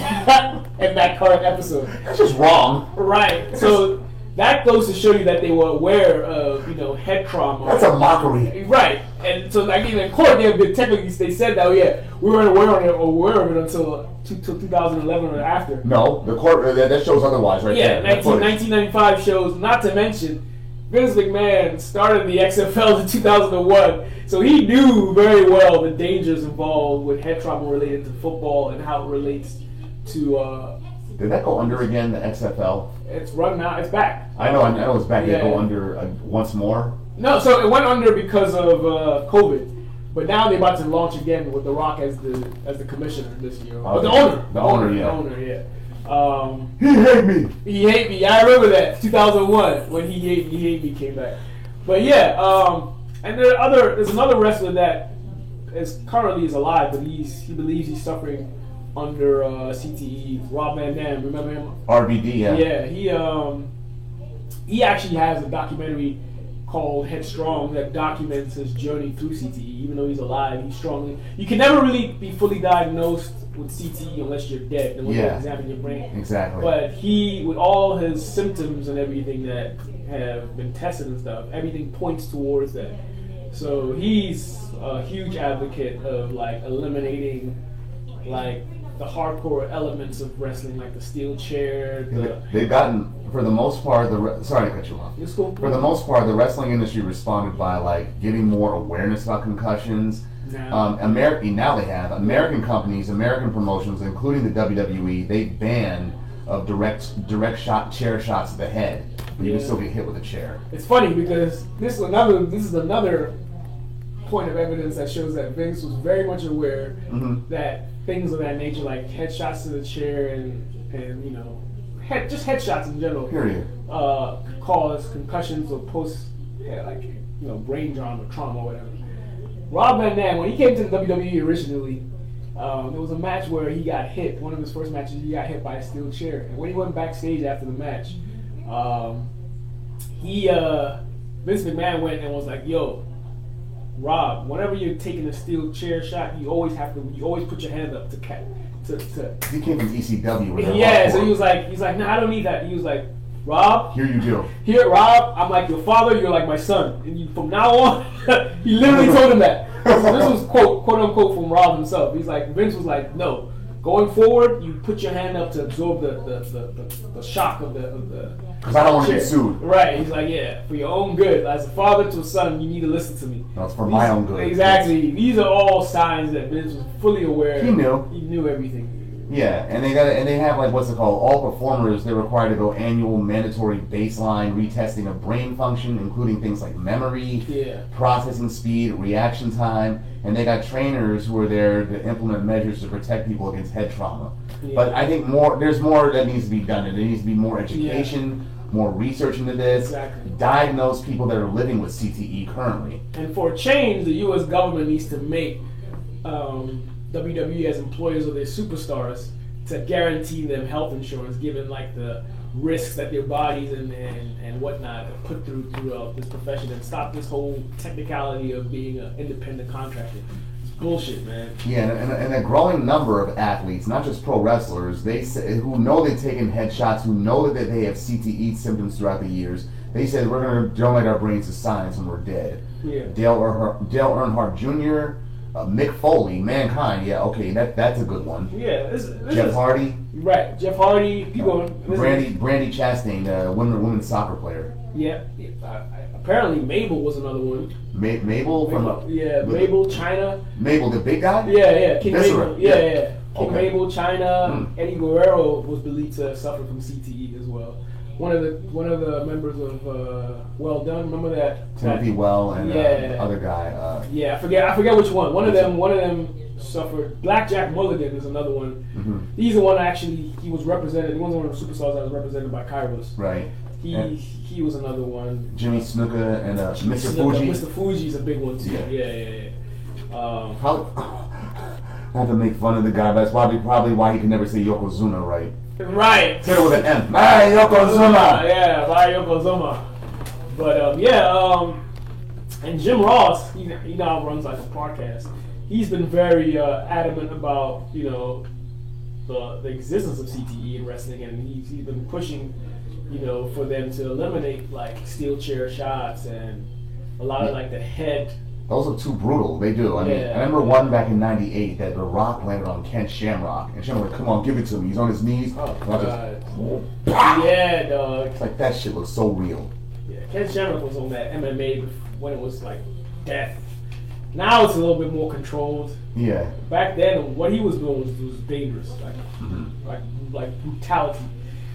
in that current episode.
That's just wrong.
Right. So that goes to show you that they were aware of you know head trauma.
That's a mockery.
Right, and so like even in court, they, they technically they said that oh, yeah we weren't aware of it, aware of it until two, till 2011 or after.
No, the court uh, that, that shows otherwise right
Yeah,
there. That
19,
footage.
1995 shows, not to mention, Vince McMahon started the XFL in 2001, so he knew very well the dangers involved with head trauma related to football and how it relates to. Uh,
Did that go under again, the XFL?
it's run now, it's back.
I know, I know it was back. Did it
Yeah.
go under uh, once more?
No, so it went under because of uh, COVID. But now they're about to launch again with The Rock as the as the commissioner this year. But the
Okay.
owner.
Oh, The owner, yeah.
The owner, yeah. Um,
He hate me.
He Hate Me. I remember that 2001 when He Hate Me, He Hate Me came back. But yeah, um, and there are other there's another wrestler that is currently is alive, but he's he believes he's suffering under uh, CTE. Rob Van Dam, remember him?
RBD, yeah.
Yeah, he um he actually has a documentary called Headstrong that documents his journey through CTE. Even though he's alive, he's strongly. You can never really be fully diagnosed with CTE unless you're dead, and
Yeah.
yeah. examine your brain.
Exactly.
But he, with all his symptoms and everything that have been tested and stuff, everything points towards that. So he's a huge advocate of like eliminating like the hardcore elements of wrestling, like the steel chair, the
They've gotten, for the most part, the re- sorry to cut you off.
It's cool.
For the most part, the wrestling industry responded by like getting more awareness about concussions.
Now.
Um, American now they have American companies, American promotions, including the WWE. They banned of direct direct shot chair shots to the head, but you can
Yeah.
still get hit with a chair.
It's funny because this is another this is another point of evidence that shows that Vince was very much aware
Mhm.
that things of that nature, like headshots to the chair and and you know, head, just headshots in general,
Period.
uh, could cause concussions or post yeah, like you know brain trauma, trauma or whatever. Rob Van Dam, when he came to the WWE originally, um, there was a match where he got hit. One of his first matches, he got hit by a steel chair. And when he went backstage after the match, um, he uh, Vince McMahon went and was like, "Yo, Rob, whenever you're taking a steel chair shot, you always have to, you always put your hand up to catch, to, to."
He came from E ECW. Where they're
Yeah,
hardcore.
so he was like, he's like, "No, I don't need that." He was like, "Rob,
Here you do.
here, Rob, I'm like your father, you're like my son. And you, from now on, he literally told him that. So this was quote, quote unquote from Rob himself. He's like, Vince was like, no, going forward, you put your hand up to absorb the, the, the, the, the shock of the, of the.
Because I don't want to get sued.
Right. He's like, yeah, for your own good. As a father to a son, you need to listen to me.
That's Uh, for my
These-
own good.
Exactly. These are all signs that Vince was fully aware.
He knew.
He knew everything.
Yeah, and they got and they have like what's it called? All performers they're required to go annual mandatory baseline retesting of brain function, including things like memory,
Yeah.
processing speed, reaction time, and they got trainers who are there to implement measures to protect people against head trauma.
Yeah.
But I think more there's more that needs to be done. and There needs to be more education, more research into this.
Exactly.
Diagnose people that are living with CTE currently.
And for change, the U.S. government needs to make um, WWE as employers of their superstars to guarantee them health insurance, given like the risks that their bodies and, and, and whatnot have put through throughout this profession, and stop this whole technicality of being an independent contractor. It's bullshit, man.
Yeah, and, and, and a growing number of athletes, not just pro wrestlers, they say, who know they've taken headshots, who know that they have CTE symptoms throughout the years, they said we're going to donate our brains to science when we're dead.
Yeah.
Dale Earnhardt, Dale Earnhardt Jr., uh, Mick Foley, Mankind. Yeah, okay, that that's a good one.
Yeah, this, this
Jeff
is
Hardy,
right. Jeff Hardy, keep going. This is-
Brandy Brandy Chastain, uh, women women's soccer player.
Yeah. yeah, I, I, apparently, Mabel was another one.
Ma- Mabel from uh,
yeah,
Ma-
Mabel China.
Mabel, the big guy.
Yeah, yeah, King
That's
Mabel.
right,
Yeah,
yeah.
yeah. King
Okay. Mm.
Mabel, China, Eddie Guerrero was believed to suffer from CTE as well. One of the one of the members of uh, Well Done. Remember that?
Timothy Well and uh, the
Yeah.
other guy. Uh,
that- Yeah, I forget. I forget which one. One of them. One of them suffered. Blackjack Mulligan is another one.
Mm-hmm.
He's the one actually. He was represented. He was one of the superstars that was represented by Kairos.
right.
He
And-
he was another one.
Jimmy Snuka and uh, Mr.
Another-
Fuji.
Mr. Fuji's a big one too.
Yeah.
Yeah, yeah, yeah. Um,
Probably, not to make fun of the guy, but that's probably probably why he can never say Yokozuna right.
right.
Hit it with an M. Hey,
Yokozuna,
Yokozuna!
Uh, yeah, by Yokozuna. But um, yeah, um, and Jim Ross, he, he now runs like a podcast. He's been very uh, adamant about you know the, the existence of CTE in wrestling, and he's, he's been pushing you know for them to eliminate like steel chair shots and a lot of like the head.
Those are too brutal. They do. I mean,
Yeah.
I remember one back in '98 that The Rock landed on Kent Shamrock, and Shamrock, like, come on, give it to me. He's on his knees.
Oh,
And I just- Pow!
Yeah, dog.
It's like that shit looks so real.
Yeah, Ken Shamrock was on that MMA when it was like death. Now it's a little bit more controlled.
Yeah.
back then what he was doing was, was dangerous, like like like brutality.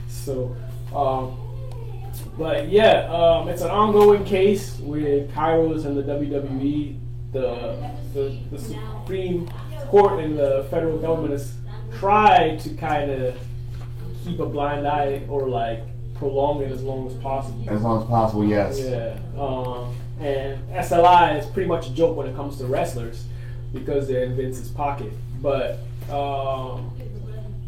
So, um, but yeah, um, it's an ongoing case with Kairos and the WWE. The, the the Supreme Court and the federal government has tried to kind of keep a blind eye or like prolong it as long as possible.
As long as possible, yes.
Yeah. Um, and SLI is pretty much a joke when it comes to wrestlers because they're in Vince's pocket. But um,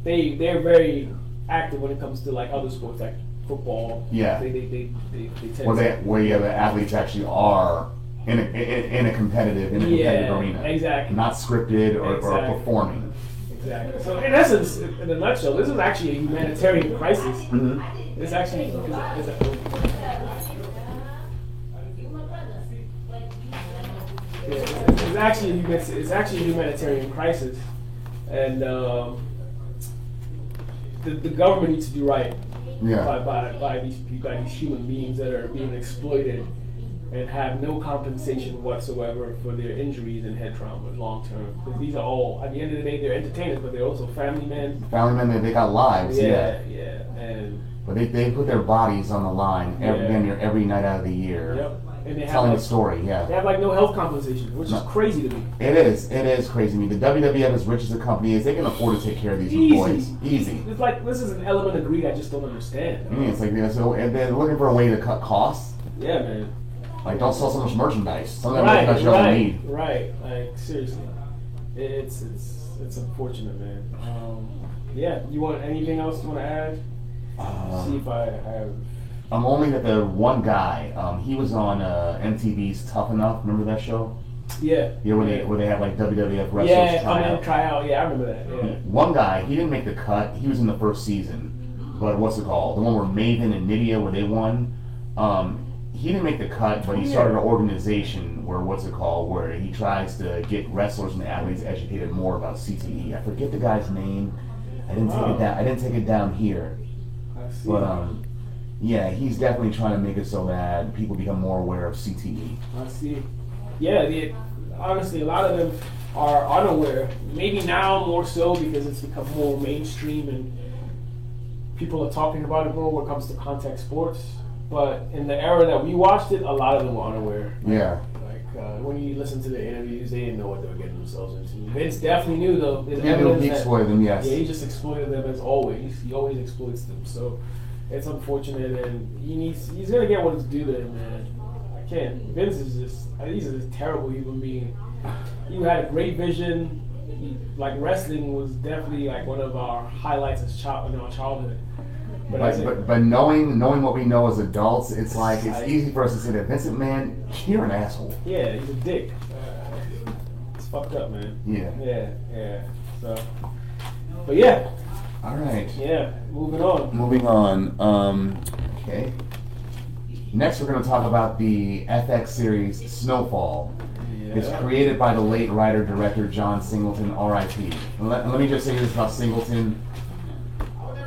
they they're very active when it comes to like other sports like football.
Yeah.
They they they, they, they tend
Where
to
they, where yeah, the athletes actually are in a, in, in a competitive in a competitive
Yeah,
arena,
exactly.
Not scripted or,
Exactly.
or performing.
exactly. So in essence, in a nutshell, this is actually a humanitarian crisis.
Mm-hmm.
It's actually it's a, it's a, yeah, it's, it's actually a, humani- it's actually a humanitarian crisis, and um, the the government needs to do right.
Yeah.
by, by, by these by these human beings that are being exploited and have no compensation whatsoever for their injuries and head trauma long term. 'Cause these are all at the end of the day they're entertainers, but they're also family men.
Family men, they, they got lives, yeah.
Yeah, yeah, and
But they, they put their bodies on the line every
Yeah.
damn near every night out of the year.
yep, and they have
Telling a
like,
story,
they
yeah.
have like no health compensation, which
No.
is crazy to me.
It is. It is crazy. I mean, the E WWF, as rich as the company is, they can afford to take care of these
Easy.
employees. Easy.
It's like this is an element of greed I just don't understand.
I mean, it's like, you know, so, and they're looking for a way to cut costs.
Yeah, man.
Like, don't sell so much merchandise. Some of that
Right,
merchandise you don't
right,
need.
right. Like seriously, it's it's it's unfortunate, man. Um, yeah, you want anything else you want to add?
Uh,
See if I have.
I'm only that the one guy, um, he was on uh, MTV's Tough Enough. Remember that show?
Yeah.
Yeah, where they, where they have, like, WWF wrestlers try
yeah, come in,
out. Mm-hmm.
try out. Yeah, I remember that. Yeah.
One guy, he didn't make the cut. He was in the first season, but what's it called? The one where Maven and Nydia, where they won. Um, he didn't make the cut, but he started an organization where what's it called? Where he tries to get wrestlers and athletes educated more about CTE. I forget the guy's name. I didn't take it
Wow.
down. I didn't take it down here,
I see.
but um, E. yeah, he's definitely trying to make it so that people become more aware of CTE.
I see. yeah, the, honestly, a lot of them are unaware. Maybe now more so because it's become more mainstream and people are talking about it more when it comes to contact sports. But in the era that we watched it, a lot of them were unaware.
Yeah.
Like uh, when you listen to the interviews, they didn't know what they were getting themselves into. Vince definitely knew though. There's
He will
evidence that-
exploit them, yes.
yeah, he just exploited them as always. He always exploits them. So it's unfortunate, and he needs. He's gonna get what's due to him, man. I can't. Vince is just. I think He's a terrible human being. He had a great vision. He, like wrestling was definitely like one of our highlights as child in our childhood. But, as
Like,
a-
but, but knowing knowing what we know as adults, it's like
I-
it's easy for us to say that Vincent, man, you're an asshole.
yeah, he's a dick. Uh, it's fucked up, man.
Yeah.
Yeah, yeah. So, but yeah,
All right.
yeah. Moving on.
Moving on. Um, okay. Next, we're going to talk about the FX series Snowfall. It's
Yeah.
created by the late writer director John Singleton, R.I.P. And Let, let me just say this about Singleton.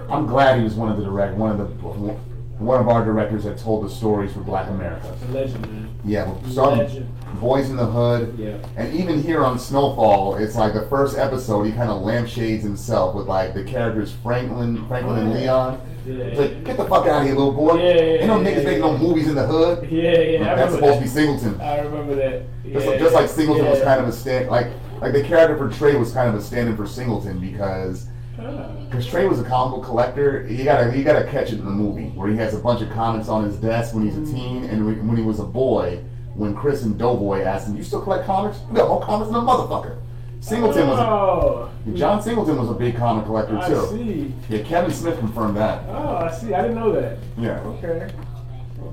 I'm glad he was one of the direct, one of the one of our directors that told the stories for Black America.
Legend, man.
Yeah, well, starting
Legend.
Boys in the Hood.
Yeah.
And even here on Snowfall, it's like the first episode, he kind of lampshades himself with like the characters Franklin, Franklin and Leon. It's
Yeah.
like, get the fuck out of here, little boy.
Yeah, yeah,
Ain't no
yeah,
niggas
yeah,
making no
yeah.
movies in the hood.
Yeah, yeah, I
That's
remember
supposed to
that.
be Singleton.
I remember that.
Just,
Yeah.
just like Singleton was
Yeah.
kind of a stand, like like the character for Trey was kind of a stand-in for Singleton because
Oh.
because Trey was a comic book collector. You gotta you gotta catch it in the movie where he has a bunch of comics on his desk when he's a teen and when- when he was a boy. When Chris and Doughboy asked him, "You still collect comics? You got more comics than a motherfucker." Singleton was
Oh,
a, John Singleton was a big comic collector
I
too.
see.
Yeah, Kevin Smith confirmed that.
Oh, I see. I didn't know that.
Yeah,
Okay.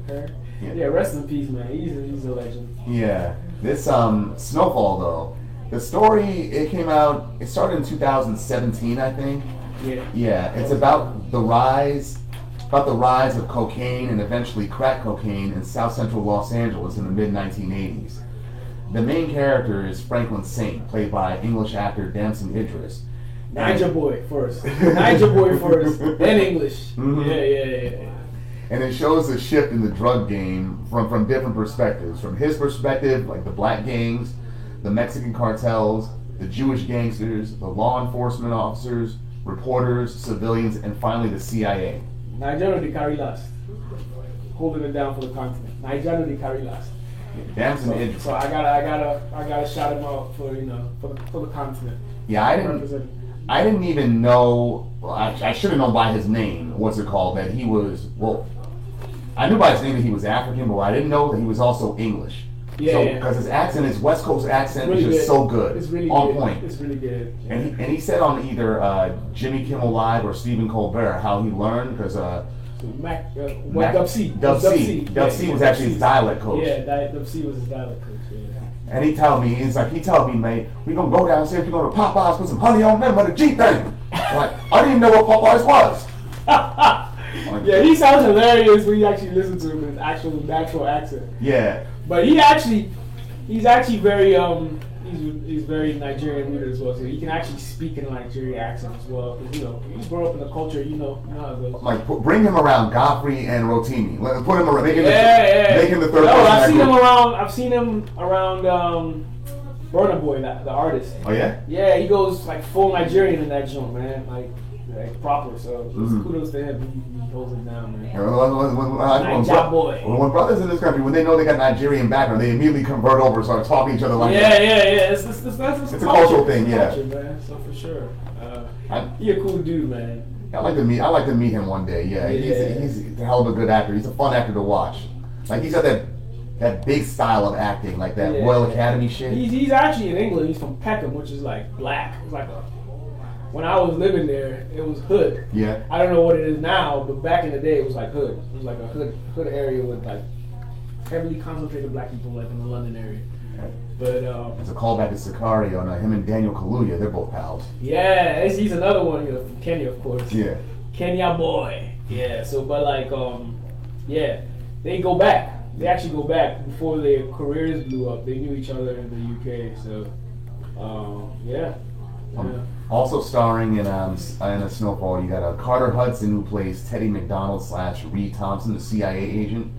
Okay.
Yeah.
Yeah. rest in peace, man. He's a, he's a legend.
yeah. This um Snowfall though, the story it came out. It started in 2017, I think.
Yeah.
Yeah, it's about the rise, about the rise of cocaine and eventually crack cocaine in South Central Los Angeles in the mid 1980s. The main character is Franklin Saint, played by English actor Damson Idris.
Niger boy first. Niger boy first. Then English.
Mhm.
Yeah, yeah, yeah, yeah.
And it shows the shift in the drug game from, from different perspectives. From his perspective, like the black gangs, the Mexican cartels, the Jewish gangsters, the law enforcement officers, reporters, civilians, and finally the CIA.
Nigerian de carry last. Holding it down for the continent. Nigerian de carry last.
Damson
So,
Idris.
so I gotta, I gotta, I gotta shout him out for you know for the, for the continent.
Yeah, I didn't.
Represent.
I didn't even know. well, I, I should have known by his name. What's it called? That he was. Well, I knew by his name that he was African, but I didn't know that he was also English.
Yeah,
so,
yeah.
Because his accent, his West Coast accent,
Really
is just
good.
so good.
It's really
on
good.
point.
It's really good.
and he, and he said on either uh, Jimmy Kimmel Live or Stephen Colbert how he learned because uh,
Mac, uh,
Mac-
what, Dub C.
Dub C. Dub C
Yeah,
was actually his
C.
dialect coach.
Yeah, di- Dub C was his dialect coach. Yeah.
And he told me, he's like, he told me, man, we gonna go downstairs, we gonna Popeyes, put some honey on them, but the G thing. I'm like, I didn't even know what Popeyes was. Like,
yeah, he sounds hilarious when you actually listen to him in his actual natural accent.
yeah.
But he actually, he's actually very um, he's, he's very Nigerian rooted as well. So he can actually speak in a Nigerian accent as well. 'Cause, you know, you grow up in the culture, you know, you know how it goes.
Like pu- bring him around Godfrey and Rotini. Let put him around. Make him, the,
yeah, yeah.
make him the third.
No,
person
I've
that
seen him
group.
around. I've seen him around um, Burna Boy, the, the artist.
Oh yeah.
Yeah, he goes like full Nigerian in that joint, man. Like, like proper. So just
Mhm.
kudos to him. He, he holds it down, man.
When, when, when, when, I- when,
Niger
bro-
boy.
when- when brothers in this country, when they know they got Nigerian background, they immediately convert over and start talking to each other like
Yeah,
that.
yeah, yeah. It's, it's, it's, it's,
It's a cultural thing,
It's
yeah.
culture, man. So for sure, uh,
I,
he a cool dude, man.
I like to meet. I like to meet him one day. Yeah,
Yeah.
He's, he's a hell of a good actor. He's a fun actor to watch. Like he's got that that big style of acting, like that
Yeah.
Royal Academy shit.
He's, he's actually in England. He's from Peckham, which is like black. It's like a, when I was living there, it was hood.
yeah.
I don't know what it is now, but back in the day, it was like hood. It was like a hood hood area with like heavily concentrated black people, like in the London area. But um,
It's a callback to Sicario, and uh, him and Daniel Kaluuya, they're both pals.
yeah, he's- he's another one you know, from Kenya, of course.
Yeah.
Kenya boy. Yeah. So, but like, um, yeah, they go back. They actually go back before their careers blew up. They knew each other in the UK. So, um, yeah. yeah.
Um, Also starring in um s- in a Snowfall, you got uh, Carter Hudson who plays Teddy McDonald slash Reed Thompson, the CIA agent.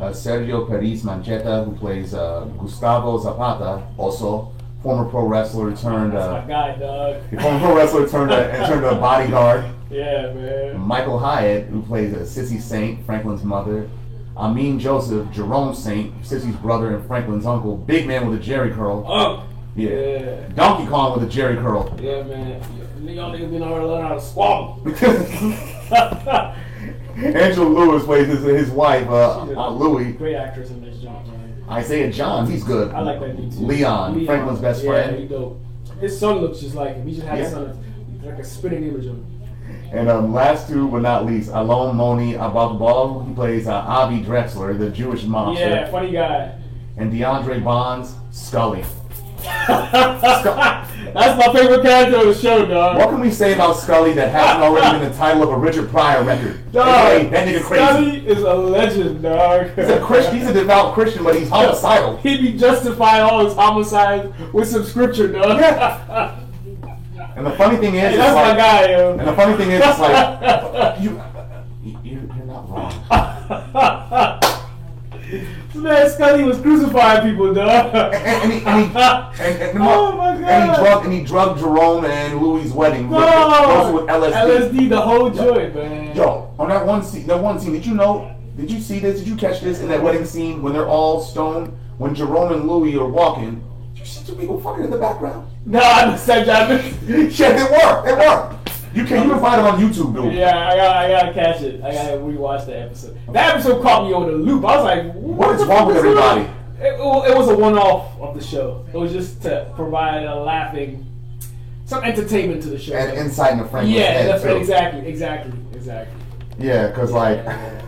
uh, Sergio Perez Mancheta, who plays uh, Gustavo Zapata, also former pro wrestler turned
That's
uh,
my guy, dog.
former pro wrestler turned a, turned a bodyguard.
Yeah, man.
Michael Hyatt, who plays uh, Sissy Saint, Franklin's mother. Amin Joseph, Jerome Saint, Sissy's brother and Franklin's uncle. Big man with a jerry curl.
Oh,
Mm. Yeah.
yeah,
Donkey Kong with a jerry curl.
yeah, man. Nigga, Y'all niggas been already learning how to squabble.
Angela Lewis plays his, his wife, uh,
She's a-
Aunt Louie.
Great actress in this job, man.
Isaiah John, he's good.
I like that dude too.
Leon, Franklin's best
yeah,
friend.
he dope. His son looks just like him. He just had
Yeah.
a son that's like a spitting image of him.
And um, last two, but not least, Alon Moni Ababal. He plays uh, Avi Drexler, the Jewish mobster.
Yeah, funny guy.
And DeAndre Bonds, Scully.
That's my favorite character on the show, dog.
What can we say about Scully that hasn't already been the title of a Richard Pryor record? Hey, that nigga crazy.
Scotty is a legend, dog.
He's a Christian. He's a devout Christian, but he's homicidal.
He be justifying all his homicides with some scripture, dog.
And the funny thing is,
Hey,
it's
that's my
like,
guy,
and
yo.
the funny thing is, it's like you, you, you're not wrong.
This man Scully was crucifying people, dog.
And, and he, and he, and, and, the
Oh
mo-
my
and he
God.
drugged, and he drugged Jerome and Louis' wedding. with- also
No,
with LSD.
LSD, the whole joint, man.
Yo, on that one scene, that one scene, did you know? Did you see this? Did you catch this in that wedding scene when they're all stoned? When Jerome and Louis are walking, did you see two people fucking in the background?
No, I understand that.
Shit, it worked. It worked. You can you can find it on YouTube, dude.
Yeah, I gotta, I gotta catch it. I gotta rewatch that episode. That episode caught me on the loop. I was like,
What is wrong with
going on?"
everybody?
It, it was a one-off of the show. It was just to provide a laughing, some entertainment to the show.
And inside the Franklin's
yeah,
head,
that's
too.
exactly, exactly, exactly.
Yeah, because like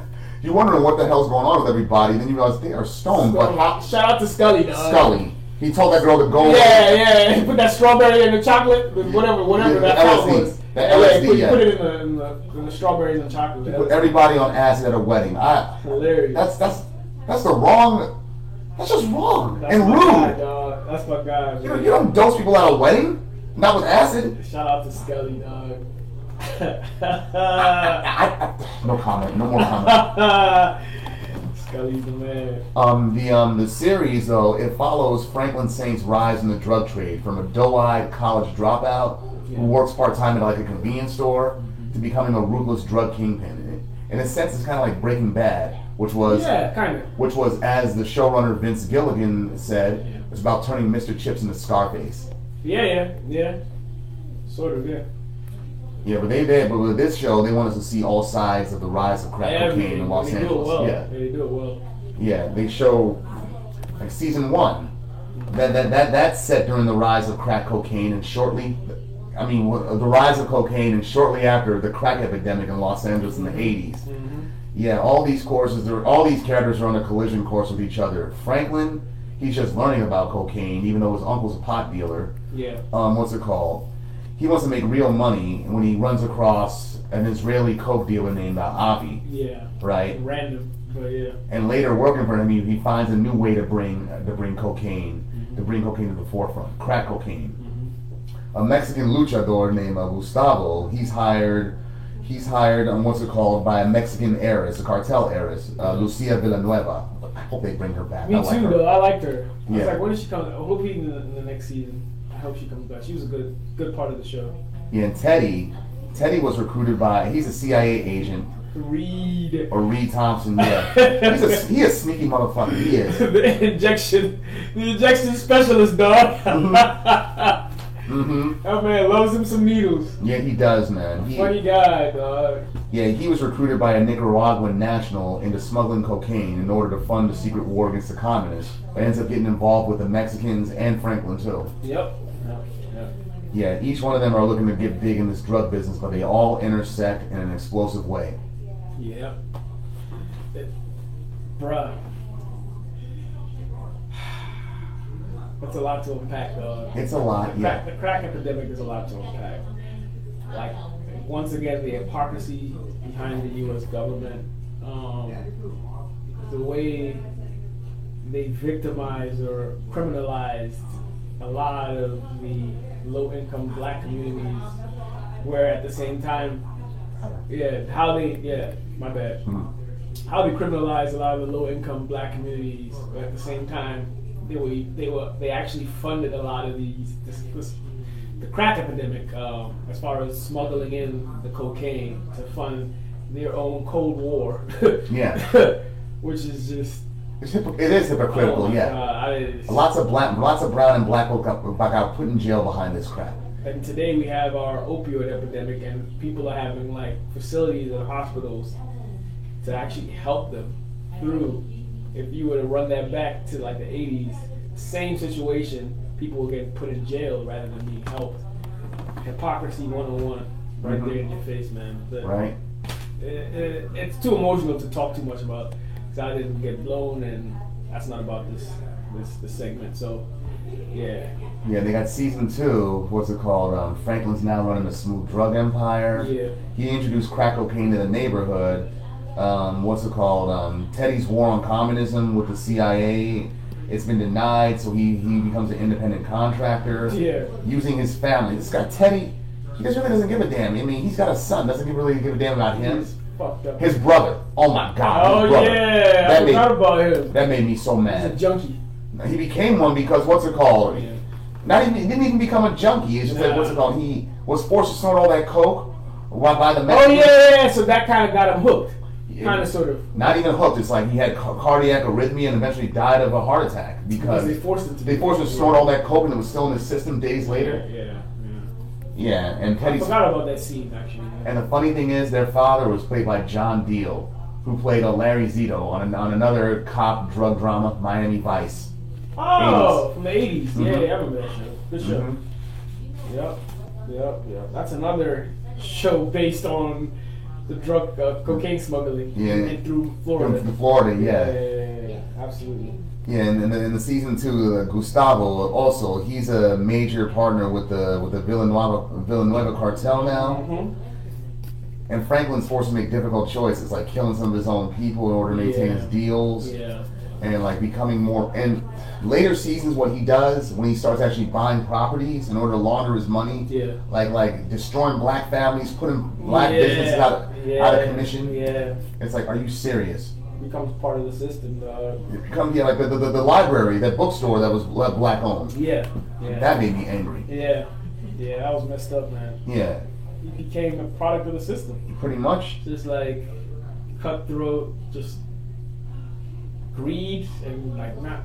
you wondering what the hell's going on with everybody, then you realize they are stoned. But how-
Shout out to Scully, dog.
Scully, he told that girl to go.
Yeah, yeah. Put that strawberry in the chocolate, whatever, whatever
The
that
LSD.
chocolate was.
The
Yeah,
LSD,
put,
yeah.
put it in the, in the, in the strawberries and chocolate. That
Put
was
everybody on acid at a wedding. I.
hilarious.
That's that's that's the wrong. That's just wrong
That's
and
my guy,
rude.
dog. That's my guy.
You,
man.
you don't dose people at a wedding, not with acid.
Shout out to Skelly, dog.
I, I, no comment. No more comment.
Skelly's the man.
um, the um, the series though it follows Franklin Saint's rise in the drug trade from a doe-eyed college dropout
Yeah.
who works part-time at like a convenience store to becoming a ruthless drug kingpin. And it- In a sense, it's kind of like Breaking Bad, which was
Yeah, kind of.
which was as the showrunner Vince Gilligan said, it's about turning Mr. Chips into Scarface.
Yeah, yeah, yeah. Sort of, yeah.
Yeah, but they did. But with this show, they want us to see all sides of the rise of crack cocaine in Los
they do it
Angeles.
well.
Yeah,
They do it well.
yeah. They show like season one. That that that that's set during the rise of crack cocaine, and shortly, I mean, wh- the rise of cocaine, and shortly after the crack epidemic in Los Angeles in the '80s.
Mm-hmm.
Yeah, all these courses, are, all these characters are on a collision course with each other. Franklin, he's just learning about cocaine, even though his uncle's a pot dealer
Yeah.
um, what's it called? He wants to make real money when he runs across an Israeli coke dealer named uh, Avi,
Yeah.
right?
Random, but yeah.
And later, working for him, he, he finds a new way to bring to bring cocaine to bring cocaine to the forefront, crack cocaine.
Mm-hmm.
A Mexican luchador named uh, Gustavo, he's hired. He's hired, um, what's it called, by a Mexican heiress, a cartel heiress, uh, Lucia Villanueva. I hope they bring her back.
Me
I like
too,
her.
though. I liked her. I was
Yeah.
like, when did she come? I hope he in the, in the next season. I hope she comes back. She was a good, good part of the show.
Yeah, and Teddy, Teddy was recruited by, he's a CIA agent.
Read.
Or Reed Thompson, yeah. He's a, he a sneaky motherfucker. He is.
the injection, the injection specialist, dog.
hmm
That man loves him some needles.
Yeah, he does, man. He,
Funny guy, dog.
yeah, he was recruited by a Nicaraguan national into smuggling cocaine in order to fund the secret war against the communists. But ends up getting involved with the Mexicans and Franklin too.
Yep. Yep. yep.
Yeah, each one of them are looking to get big in this drug business, but they all intersect in an explosive way.
Yep. It- Bruh. That's a lot to unpack, dog.
It's a lot,
The
yeah.
crack, the crack epidemic is a lot to unpack. Like, once again, the hypocrisy behind the U.S. government, um, the way they victimize or criminalized a lot of the low-income black communities, where at the same time, yeah, how they, yeah, my bad.
Mm.
how they criminalized a lot of the low income black communities, but at the same time, they were they were they actually funded a lot of these this, this, the crack epidemic um, as far as smuggling in the cocaine to fund their own Cold War.
Yeah.
which is just
It's hypo- it is hypocritical,
oh my
yeah.
God, I-
Lots of black, lots of brown and black folk got, got put in jail behind this crap.
And today we have our opioid epidemic, and people are having like facilities and hospitals to actually help them through. If you were to run that back to like the 80s, same situation, people were getting put in jail rather than being helped. Hypocrisy 101, right
Mhm.
there in your face, man. But
Right?
it, it, it's too emotional to talk too much about 'cause I didn't get blown, and that's not about this this, this segment. So, yeah.
Yeah, they got season two. What's it called? Um, Franklin's now running a smooth drug empire.
Yeah.
He introduced crack cocaine to the neighborhood. Um, what's it called? Um, Teddy's war on communism with the CIA. It's been denied, so he, he becomes an independent contractor.
Yeah.
Using his family. This guy Teddy, he just really doesn't give a damn. I mean, he's got a son. Doesn't really give a damn about him.
Fucked up.
His brother. Oh my God. his
Oh
brother.
yeah,
That
I
made
forgot about him.
That made me so
He's a
mad.
junkie.
He became one because what's it called?
Yeah.
Not even he didn't even become a junkie. It's just that what's it called? He was forced to snort all that coke right by the
Oh
Mexicans.
yeah, yeah, yeah. So that kind of got him hooked, kind of sort of,
Not even hooked. It's like he had ca- cardiac arrhythmia and eventually died of a heart attack
because
because
they forced him to.
Uh, they forced him to snort all that coke and it was still in his system days
Yeah,
later.
yeah. yeah.
Yeah, and
I
Teddy's
forgot about that scene actually.
and the funny thing is their father was played by John Deal, who played a Larry Zito on an, on another cop drug drama, Miami Vice.
Oh, from the 80s Yeah,
Mhm.
yeah, I remember that show. Good show.
Mhm.
Yep, yep, yep. That's another show based on the drug uh, cocaine smuggling
Yeah.
and through Florida.
From Florida,
yeah,
yeah.
yeah, yeah, yeah. absolutely.
Yeah, and in the, in the season two, uh, Gustavo also he's a major partner with the with the Villanueva Villanueva cartel now.
Mhm.
And Franklin's forced to make difficult choices, like killing some of his own people in order to maintain his
Yeah.
deals,
Yeah.
and like becoming more. And later seasons, what he does when he starts actually buying properties in order to launder his money,
Yeah.
like like destroying black families, putting black
yeah.
businesses out of,
yeah.
out of commission.
Yeah.
It's like, are you serious?
becomes part of the system, dog.
It Come yeah, like the, the, the library, that bookstore that was black owned.
Yeah. Yeah.
That made me angry.
yeah. Yeah, that was messed up, man.
Yeah,
He became a product of the system.
pretty much.
Just like cutthroat, just greed and like not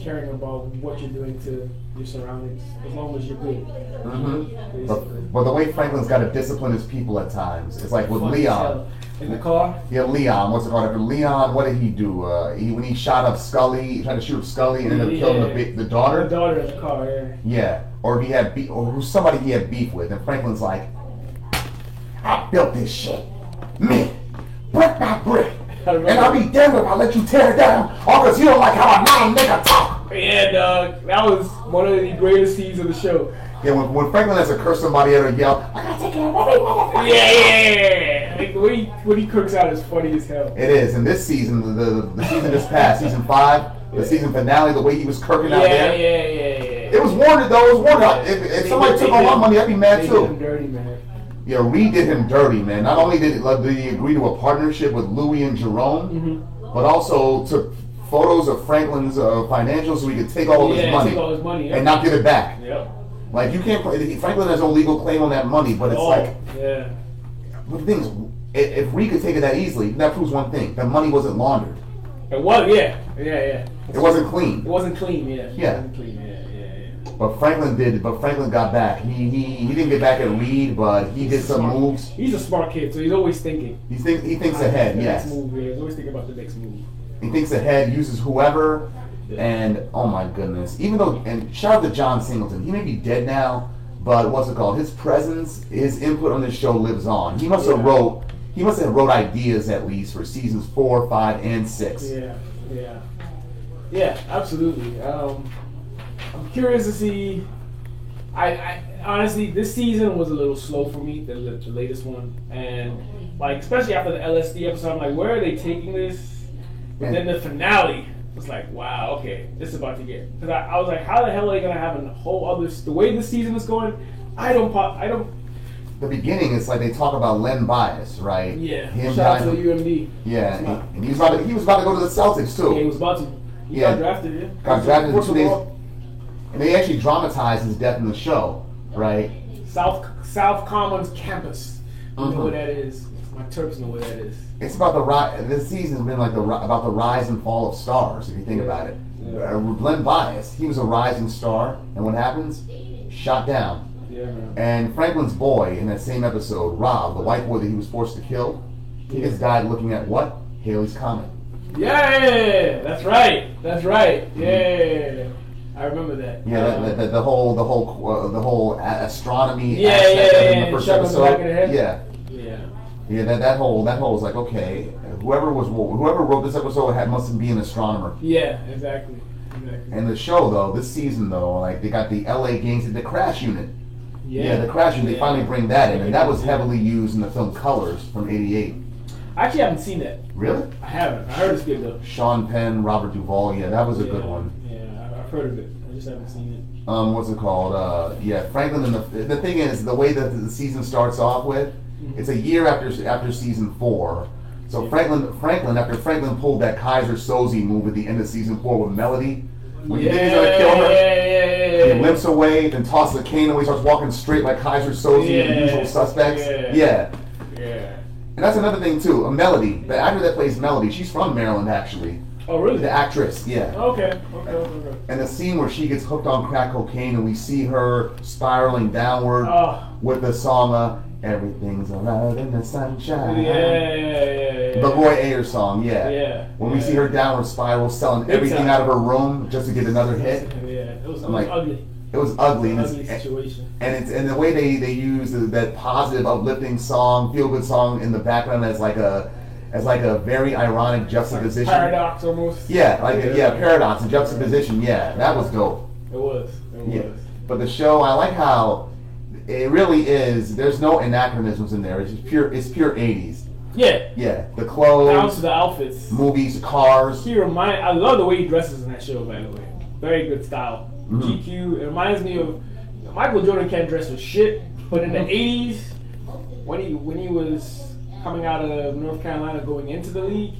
caring about what you're doing to your surroundings as long as you're good. Mm-hmm.
Mhm.
Basically.
But, but the way Franklin's got to discipline his people at times, it's like with
Fun as
Leon.
hell. In the car?
Yeah, Leon. What's it called? After Leon, what did he do? Uh, he when he shot up Scully, he tried to shoot up Scully and ended up killing the,
Yeah.
bi- the
Her
daughter.
daughter in the car, yeah.
Yeah, or he had beef, or who's somebody he had beef with, and Franklin's like, "I built this shit, me, brick by brick,
I
and
remember.
I'll be damned if I let you tear it down, all because you don't like how I not a nigga talk."
Yeah, dog. That was one of the greatest scenes of the show.
Yeah, when, when Franklin has to curse somebody out or yell, I gotta take care of every motherfucker.
Yeah, yeah, yeah. Like, what he, what he cooks out is funny as hell.
It is, and this season, the, the, the season just passed, season five, the
Yeah.
season finale, the way he was kirking out
Yeah, yeah,
there.
yeah, yeah.
It was warranted though, it was warranted. I- If, if
They-
somebody
they
took all
did-
my money, I'd be mad
they did him
too.
dirty, man.
Yeah, Reed did him dirty, man. Not only did, like, did he agree to a partnership with Louis and Jerome,
Mm-hmm.
but also took photos of Franklin's uh, financials so he could take all of his
yeah,
money
take all his money.
and not give it back.
Yep.
Like, you can't, play- Franklin has no legal claim on that money, but it's
oh,
like,
yeah.
But the thing is, i- if Reed could take it that easily, that proves one thing: that money wasn't laundered.
It was, yeah, yeah, yeah.
It wasn't
It
clean.
wasn't clean, yeah.
Yeah.
It wasn't clean, yeah, yeah, yeah.
But Franklin did. But Franklin got back. He he, he didn't get back at Reed, but he did some
Smart.
moves.
He's a smart kid, so he's always thinking.
He thinks he thinks
I think
ahead.
the
Yes,
Next move, yeah. He's always thinking about the next move.
he thinks ahead. Uses whoever, and oh my goodness. Even though, and shout out to John Singleton. He may be dead now, but what's it called? His presence, his input on this show lives on. He must have
Yeah.
wrote. He must have wrote ideas at least for seasons four, five, and six.
Yeah, yeah, yeah. Absolutely. Um, I'm curious to see. I, I honestly, this season was a little slow for me. The, the latest one, and like especially after the LSD episode, I'm like, where are they taking this? But then the finale was like, wow, okay, this is about to get. Because I, I was like, how the hell are they gonna have a whole other? s- The way this season is going, I don't. po- I don't.
the beginning, it's like they talk about Len Bias, right?
Yeah.
Him
Shout out to
dying-
UMD.
yeah,
Smart.
and- and he was about to, he was about to go to the Celtics too.
Yeah, he was about to. He
Yeah.
got drafted. Yeah.
Got drafted in two days.
Portugal,
And they actually dramatized his death in the show, right?
South South Commons campus. You
Mhm.
know where that is. My Terps know where that is.
It's about the rise. This season's been like the ri- about the rise and fall of stars. If you think about it,
Yeah.
uh, Len Bias, he was a rising star, and what happens? Shot down.
Yeah, man.
And Franklin's boy in that same episode, Rob, the white boy that he was forced to kill, he just died looking at what? Haley's Comet.
Yeah, that's right. That's right. Yeah, I remember that.
Yeah,
Um,
the, the, the whole the whole uh, the whole a- astronomy
Yeah,
aspect
yeah,
of it in
yeah,
the first
shot him in the
episode.
back of the head.
Yeah,
yeah.
yeah, that, that whole that whole is like okay, whoever was whoever wrote this episode had must be an astronomer.
Yeah, exactly. Exactly.
And the show though, this season though, like they got the LA gangs and the crash unit. Yeah, the crash unit. They
Yeah.
finally bring that in, and that was heavily used in the film Colors from '88.
I actually haven't seen that.
Really?
I haven't. I heard it's good though.
Sean Penn, Robert Duvall. Yeah, that was a
yeah.
good one.
Yeah, I- I've heard of it. I just haven't seen
Um, what's it called? Uh, yeah, Franklin. And the the thing is, the way that the season starts off with,
Mm-hmm.
it's a year after after season four. So
Yeah.
Franklin, Franklin, after Franklin pulled that Kaiser Soze move at the end of season four with Melody,
it.
when
yeah,
you think he's gonna kill her,
yeah, yeah, yeah,
He
yeah.
limps away, then tosses the cane away, starts walking straight like Kaiser Soze and the
Yeah.
usual suspects.
Yeah. Yeah.
And that's another thing too, a Melody. The actor that plays Melody, she's from Maryland actually.
Oh really?
The actress,
Oh,
yeah.
Okay. Okay. Okay. okay.
And the scene where she gets hooked on crack cocaine and we see her spiraling downward
Oh.
with the song uh, Everything's Alright in the
Yeah.
Sunshine.
yeah, yeah, yeah.
The Roy Ayers song, yeah.
Yeah.
When we see her downward spiral selling
Big
everything
time.
out of her room just to get another hit.
Yeah. It was, it
I'm
was
like,
ugly.
It was ugly. and it's-
Ugly situation.
and it's and the way they they use the, that positive uplifting song feel good song in the background as like a as like a very ironic juxtaposition
Paradox almost.
yeah like yeah, paradox and juxtaposition yeah that was dope
It was. It was.
yeah but the show i like how it really is there's no anachronisms in there it's just pure it's pure 80s
Yeah.
yeah the
Down to
clothes
the outfits.
movies cars
He remind. I love the way he dresses in that show. By the way, very good style.
Mhm.
GQ. It reminds me of Michael Jordan can't dress for shit, but in the
Mm.
'80s, when he when he was coming out of North Carolina, going into the league,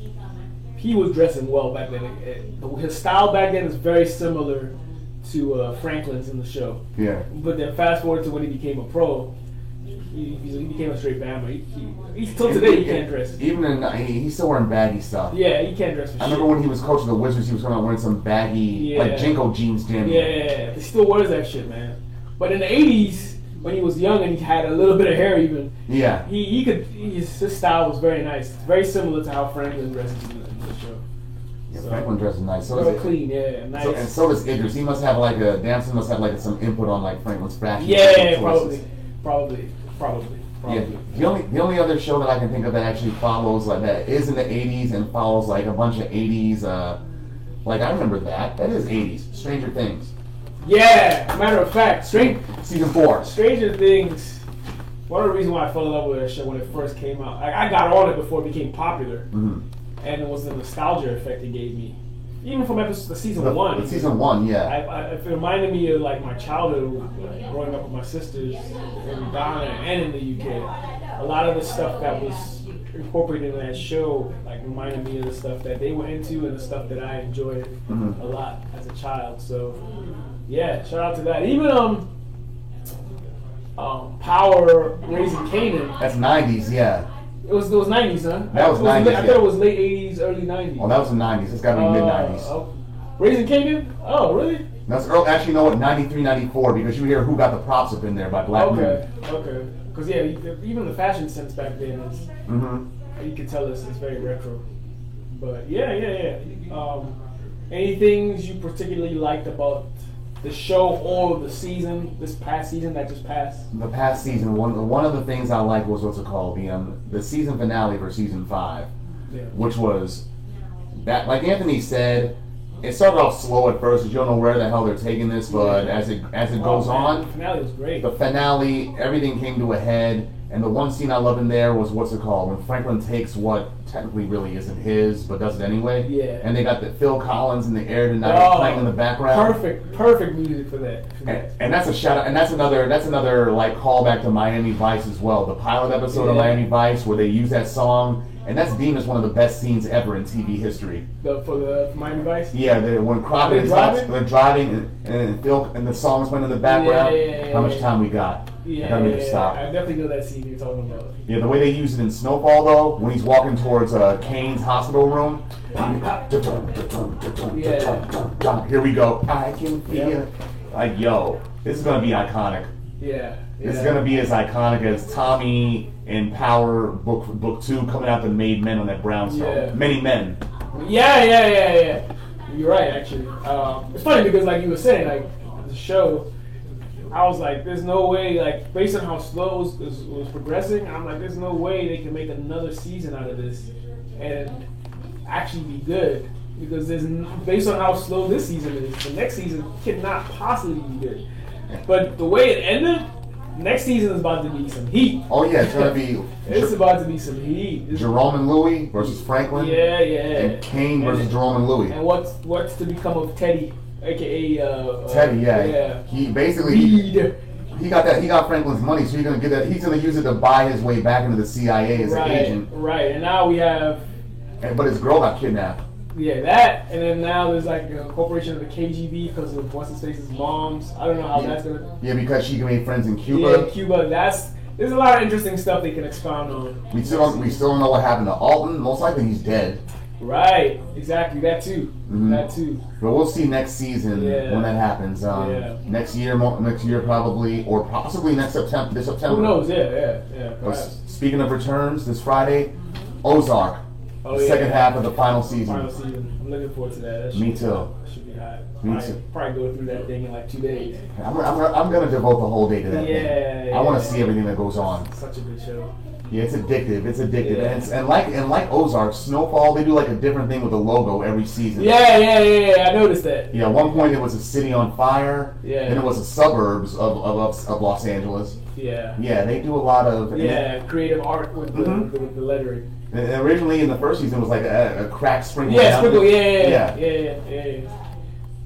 he was dressing well back then. It- it- his style back then is very similar to uh, Franklin's in the show.
yeah
But then fast forward to when he became a pro. He, he became a straight bama. He, he, he's till today he can't dress.
even in he- he's still wearing baggy stuff
Yeah, he can't dress for shit.
I remember when he was coaching the Wizards, he was coming out wearing some baggy, like
Yeah.
Jinko jeans, jammy.
Yeah, yeah, yeah. He still wears that shit, man. But in the '80s, when he was young and he had a little bit of hair, even
Yeah.
he he could his, his style was very nice. It's very similar to how Franklin dresses in the, in the show.
Yeah,
So-
Franklin dresses nice. So does
Very
it.
clean, yeah, nice.
So, and so does Idris. He must have like a Damson must have like some input on like Franklin's fashion.
yeah, yeah,
choices.
probably, probably, probably,
Yeah.
probably.
Um, The only the only other show that I can think of that actually follows like that is in the '80s and follows like a bunch of '80s. Uh, like I remember that. That is '80s. Stranger Things,
Yeah. Matter of fact, Stranger
season four.
Stranger Things. One of the reasons why I fell in love with that show when it first came out, I, I got on it before it became popular,
Mhm.
and it was the nostalgia effect it gave me, even from episode season
The-
one.
the season one. Yeah.
I, I, it reminded me of like my childhood, like, growing up with my sisters in Ghana and in the UK. A lot of the stuff that was incorporated in that show like reminded me of the stuff that they were into and the stuff that I enjoyed
Mhm.
a lot as a child. So yeah, shout out to that. Even um, um Power Raising Canaan.
That's '90s. Yeah.
It was it was nineties, huh?
That was
It late-
90s,
I
yeah.
thought it was late eighties, early nineties.
Well, Oh, that was the '90s. It's got
Oh,
to be mid '90s.
Raising Canaan? Oh, really?
That's early, actually, you know what? 93, 94, because you hear Who Got the Props up in there by Black
Okay, okay. Because yeah, you- even the fashion sense back then is
Moon.
you can tell it's, it's very retro. But yeah, yeah, yeah. Um, any things you particularly liked about the show or the season, this past season that just passed?
hmm The past season, one one of the things I liked was what's it called? The, um, the season finale for season five,
Yeah.
which was that, like Anthony said, it started off slow at first 'cause you don't know where the hell they're taking this, but as it as it goes
Oh, man,
on,
The finale was great.
the finale, everything came to a head. And the one scene I love in there was what's it called when Franklin takes what technically really isn't his, but does it anyway.
Yeah.
And they got the Phil Collins in the air tonight
Oh,
playing in the background.
Perfect, perfect music for that. For
And,
that.
and that's a shout out, and that's another that's another like callback to Miami Vice as well. The pilot episode of
Yeah.
Miami Vice where they use that song, and that's deemed as one of the best scenes ever in TV history.
The, for the for Miami Vice.
Yeah, they, when Crockett
They're
is out-
driving?
they're driving, and, and Phil and the songs went in the background.
Yeah, yeah, yeah,
How much
yeah.
time we got? I
Yeah,
gotta make
yeah,
it
yeah.
stop.
I definitely know that scene you're talking about.
Yeah, the way they use it in Snowfall though, when he's walking towards uh, Kane's hospital room. Here we go. I can feel.
Yeah.
Like yo, this is gonna be iconic.
Yeah, yeah.
This is gonna be as iconic as Tommy in Power Book Book Two coming out the Made Men on that brownstone.
Yeah.
Many men.
Yeah, yeah, yeah, yeah. You're right, actually. Um, it's funny because, like you were saying, like the show, I was like, "There's no way." Like based on how slow it was, was, was progressing, I'm like, "There's no way they can make another season out of this and actually be good." Because there's n- based on how slow this season is, the next season cannot possibly be good. But the way it ended, next season is about to be some heat.
Oh yeah, it's gonna be
It's
Jer-
about to be some heat. It's-
Jerome and Louis versus Franklin.
yeah, yeah.
And Kane
And-
versus Jerome and Louis.
And what's what's to become of Teddy, aka uh,
Teddy,
uh,
yeah.
yeah,
He basically
Reed.
He got that. He got Franklin's money, so he's gonna get that. He's gonna use it to buy his way back into the CIA as
Right,
an agent.
right. And now we have
And, but his girl got kidnapped.
yeah that, and then now there's like a corporation of the KGB because of what's his face's mom's. I don't know how that's gonna.
Yeah, because she made friends in
Yeah,
Cuba.
Cuba. That's there's a lot of interesting stuff they can expound on.
We still don't. We still don't know what happened to Alton. Most likely he's dead.
Right, exactly. That too.
Mhm.
That too.
But we'll see next season
Yeah.
when that happens. Um,
Yeah.
Next year, mo- next year probably, or possibly next September. This September.
Who knows? Yeah, yeah, yeah.
But
perhaps.
s- speaking of returns, this Friday, Ozark,
Oh,
the
yeah.
second half of the final season.
Final season. I'm looking forward to that. that should
Me
be-
too.
that should be hot.
Me
Probably-
too.
Probably go through that thing in like two days.
I'm, I'm, I'm gonna devote the whole day to that.
Yeah,
thing. I want
yeah.
to see everything that goes on.
Such a good show.
Yeah, it's addictive. It's addictive,
Yeah.
and, it's, and like and like Ozark, Snowfall, they do like a different thing with the logo every season.
Yeah, yeah, yeah, yeah. I noticed that.
Yeah. At one point, it was a city on fire.
Yeah.
Then it was the suburbs of of, of Los Angeles.
Yeah.
Yeah, they do a lot of. and-
Yeah, Mm-hmm. creative art with the,
Mhm.
the, with the lettering.
and originally, in the first season, it was like a, a crack sprinkle.
Yeah,
down.
sprinkle. Yeah, yeah, yeah, yeah, yeah, yeah.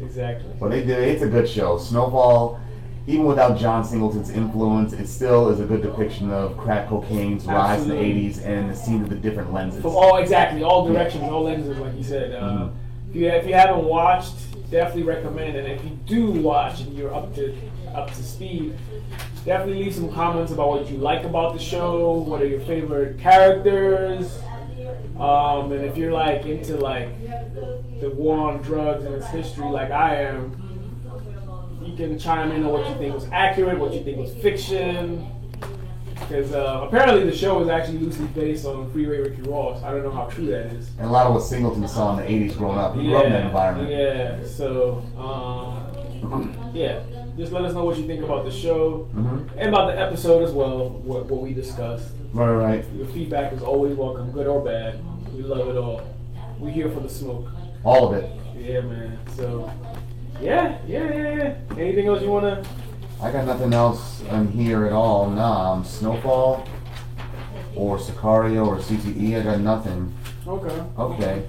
Exactly.
But they did. It's a good show. Snowfall, even without John Singleton's influence, it still is a good depiction of crack cocaine's rise
Absolutely.
in the '80s and the scene of the different lenses.
From all exactly all directions, all lenses, like you said. Uh,
Mhm.
If you if you haven't watched, definitely recommend. And if you do watch and you're up to up to speed, definitely leave some comments about what you like about the show. What are your favorite characters? Um, and if you're like into like the war on drugs and its history, like I am, you can chime in on what you think was accurate, what you think was fiction. Because uh, apparently the show is actually loosely based on Freeway Ricky Ross. I don't know how true that is.
And a lot of what Singleton saw in the '80s growing up. He grew up in that environment. Mm-hmm.
Yeah. So, um, yeah. Just let us know what you think about the show
Mhm.
and about the episode as well. What, what we discussed.
Right, right.
Your feedback is always welcome, good or bad. We love it all. We're here for the smoke.
All of it.
Yeah, man. So, yeah, yeah, yeah, yeah. Anything else you wanna?
I got nothing else on here at all. Nah, I'm Snowfall or Sicario or CTE. I got nothing.
Okay.
Okay.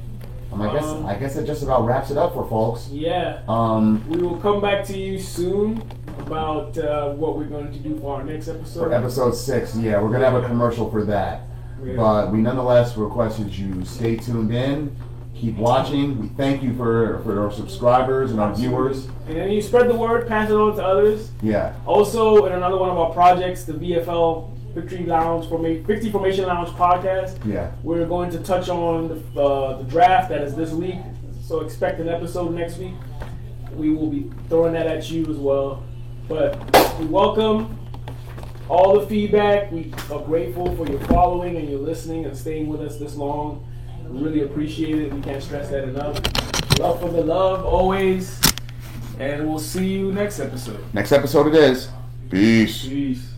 Um, I guess
Um,
I guess that just about wraps it up for folks.
Yeah.
Um,
We will come back to you soon about uh, what we're going to do for our next episode.
for episode six, yeah, we're gonna have a commercial for that.
Yeah.
But we nonetheless request that you stay tuned in, keep watching. We thank you for for our subscribers and our viewers.
And then you spread the word, pass it on to others.
Yeah.
Also, in another one of our projects, the VFL Victory Lounge Forma- Victory Formation Lounge podcast,
Yeah.
we're going to touch on the, uh, the draft that is this week. So expect an episode next week. We will be throwing that at you as well. But we welcome all the feedback. We are grateful for your following and your listening and staying with us this long. We really appreciate it. We can't stress that enough. Love for the love always. And we'll see you next episode.
Next episode it is. Peace.
Peace.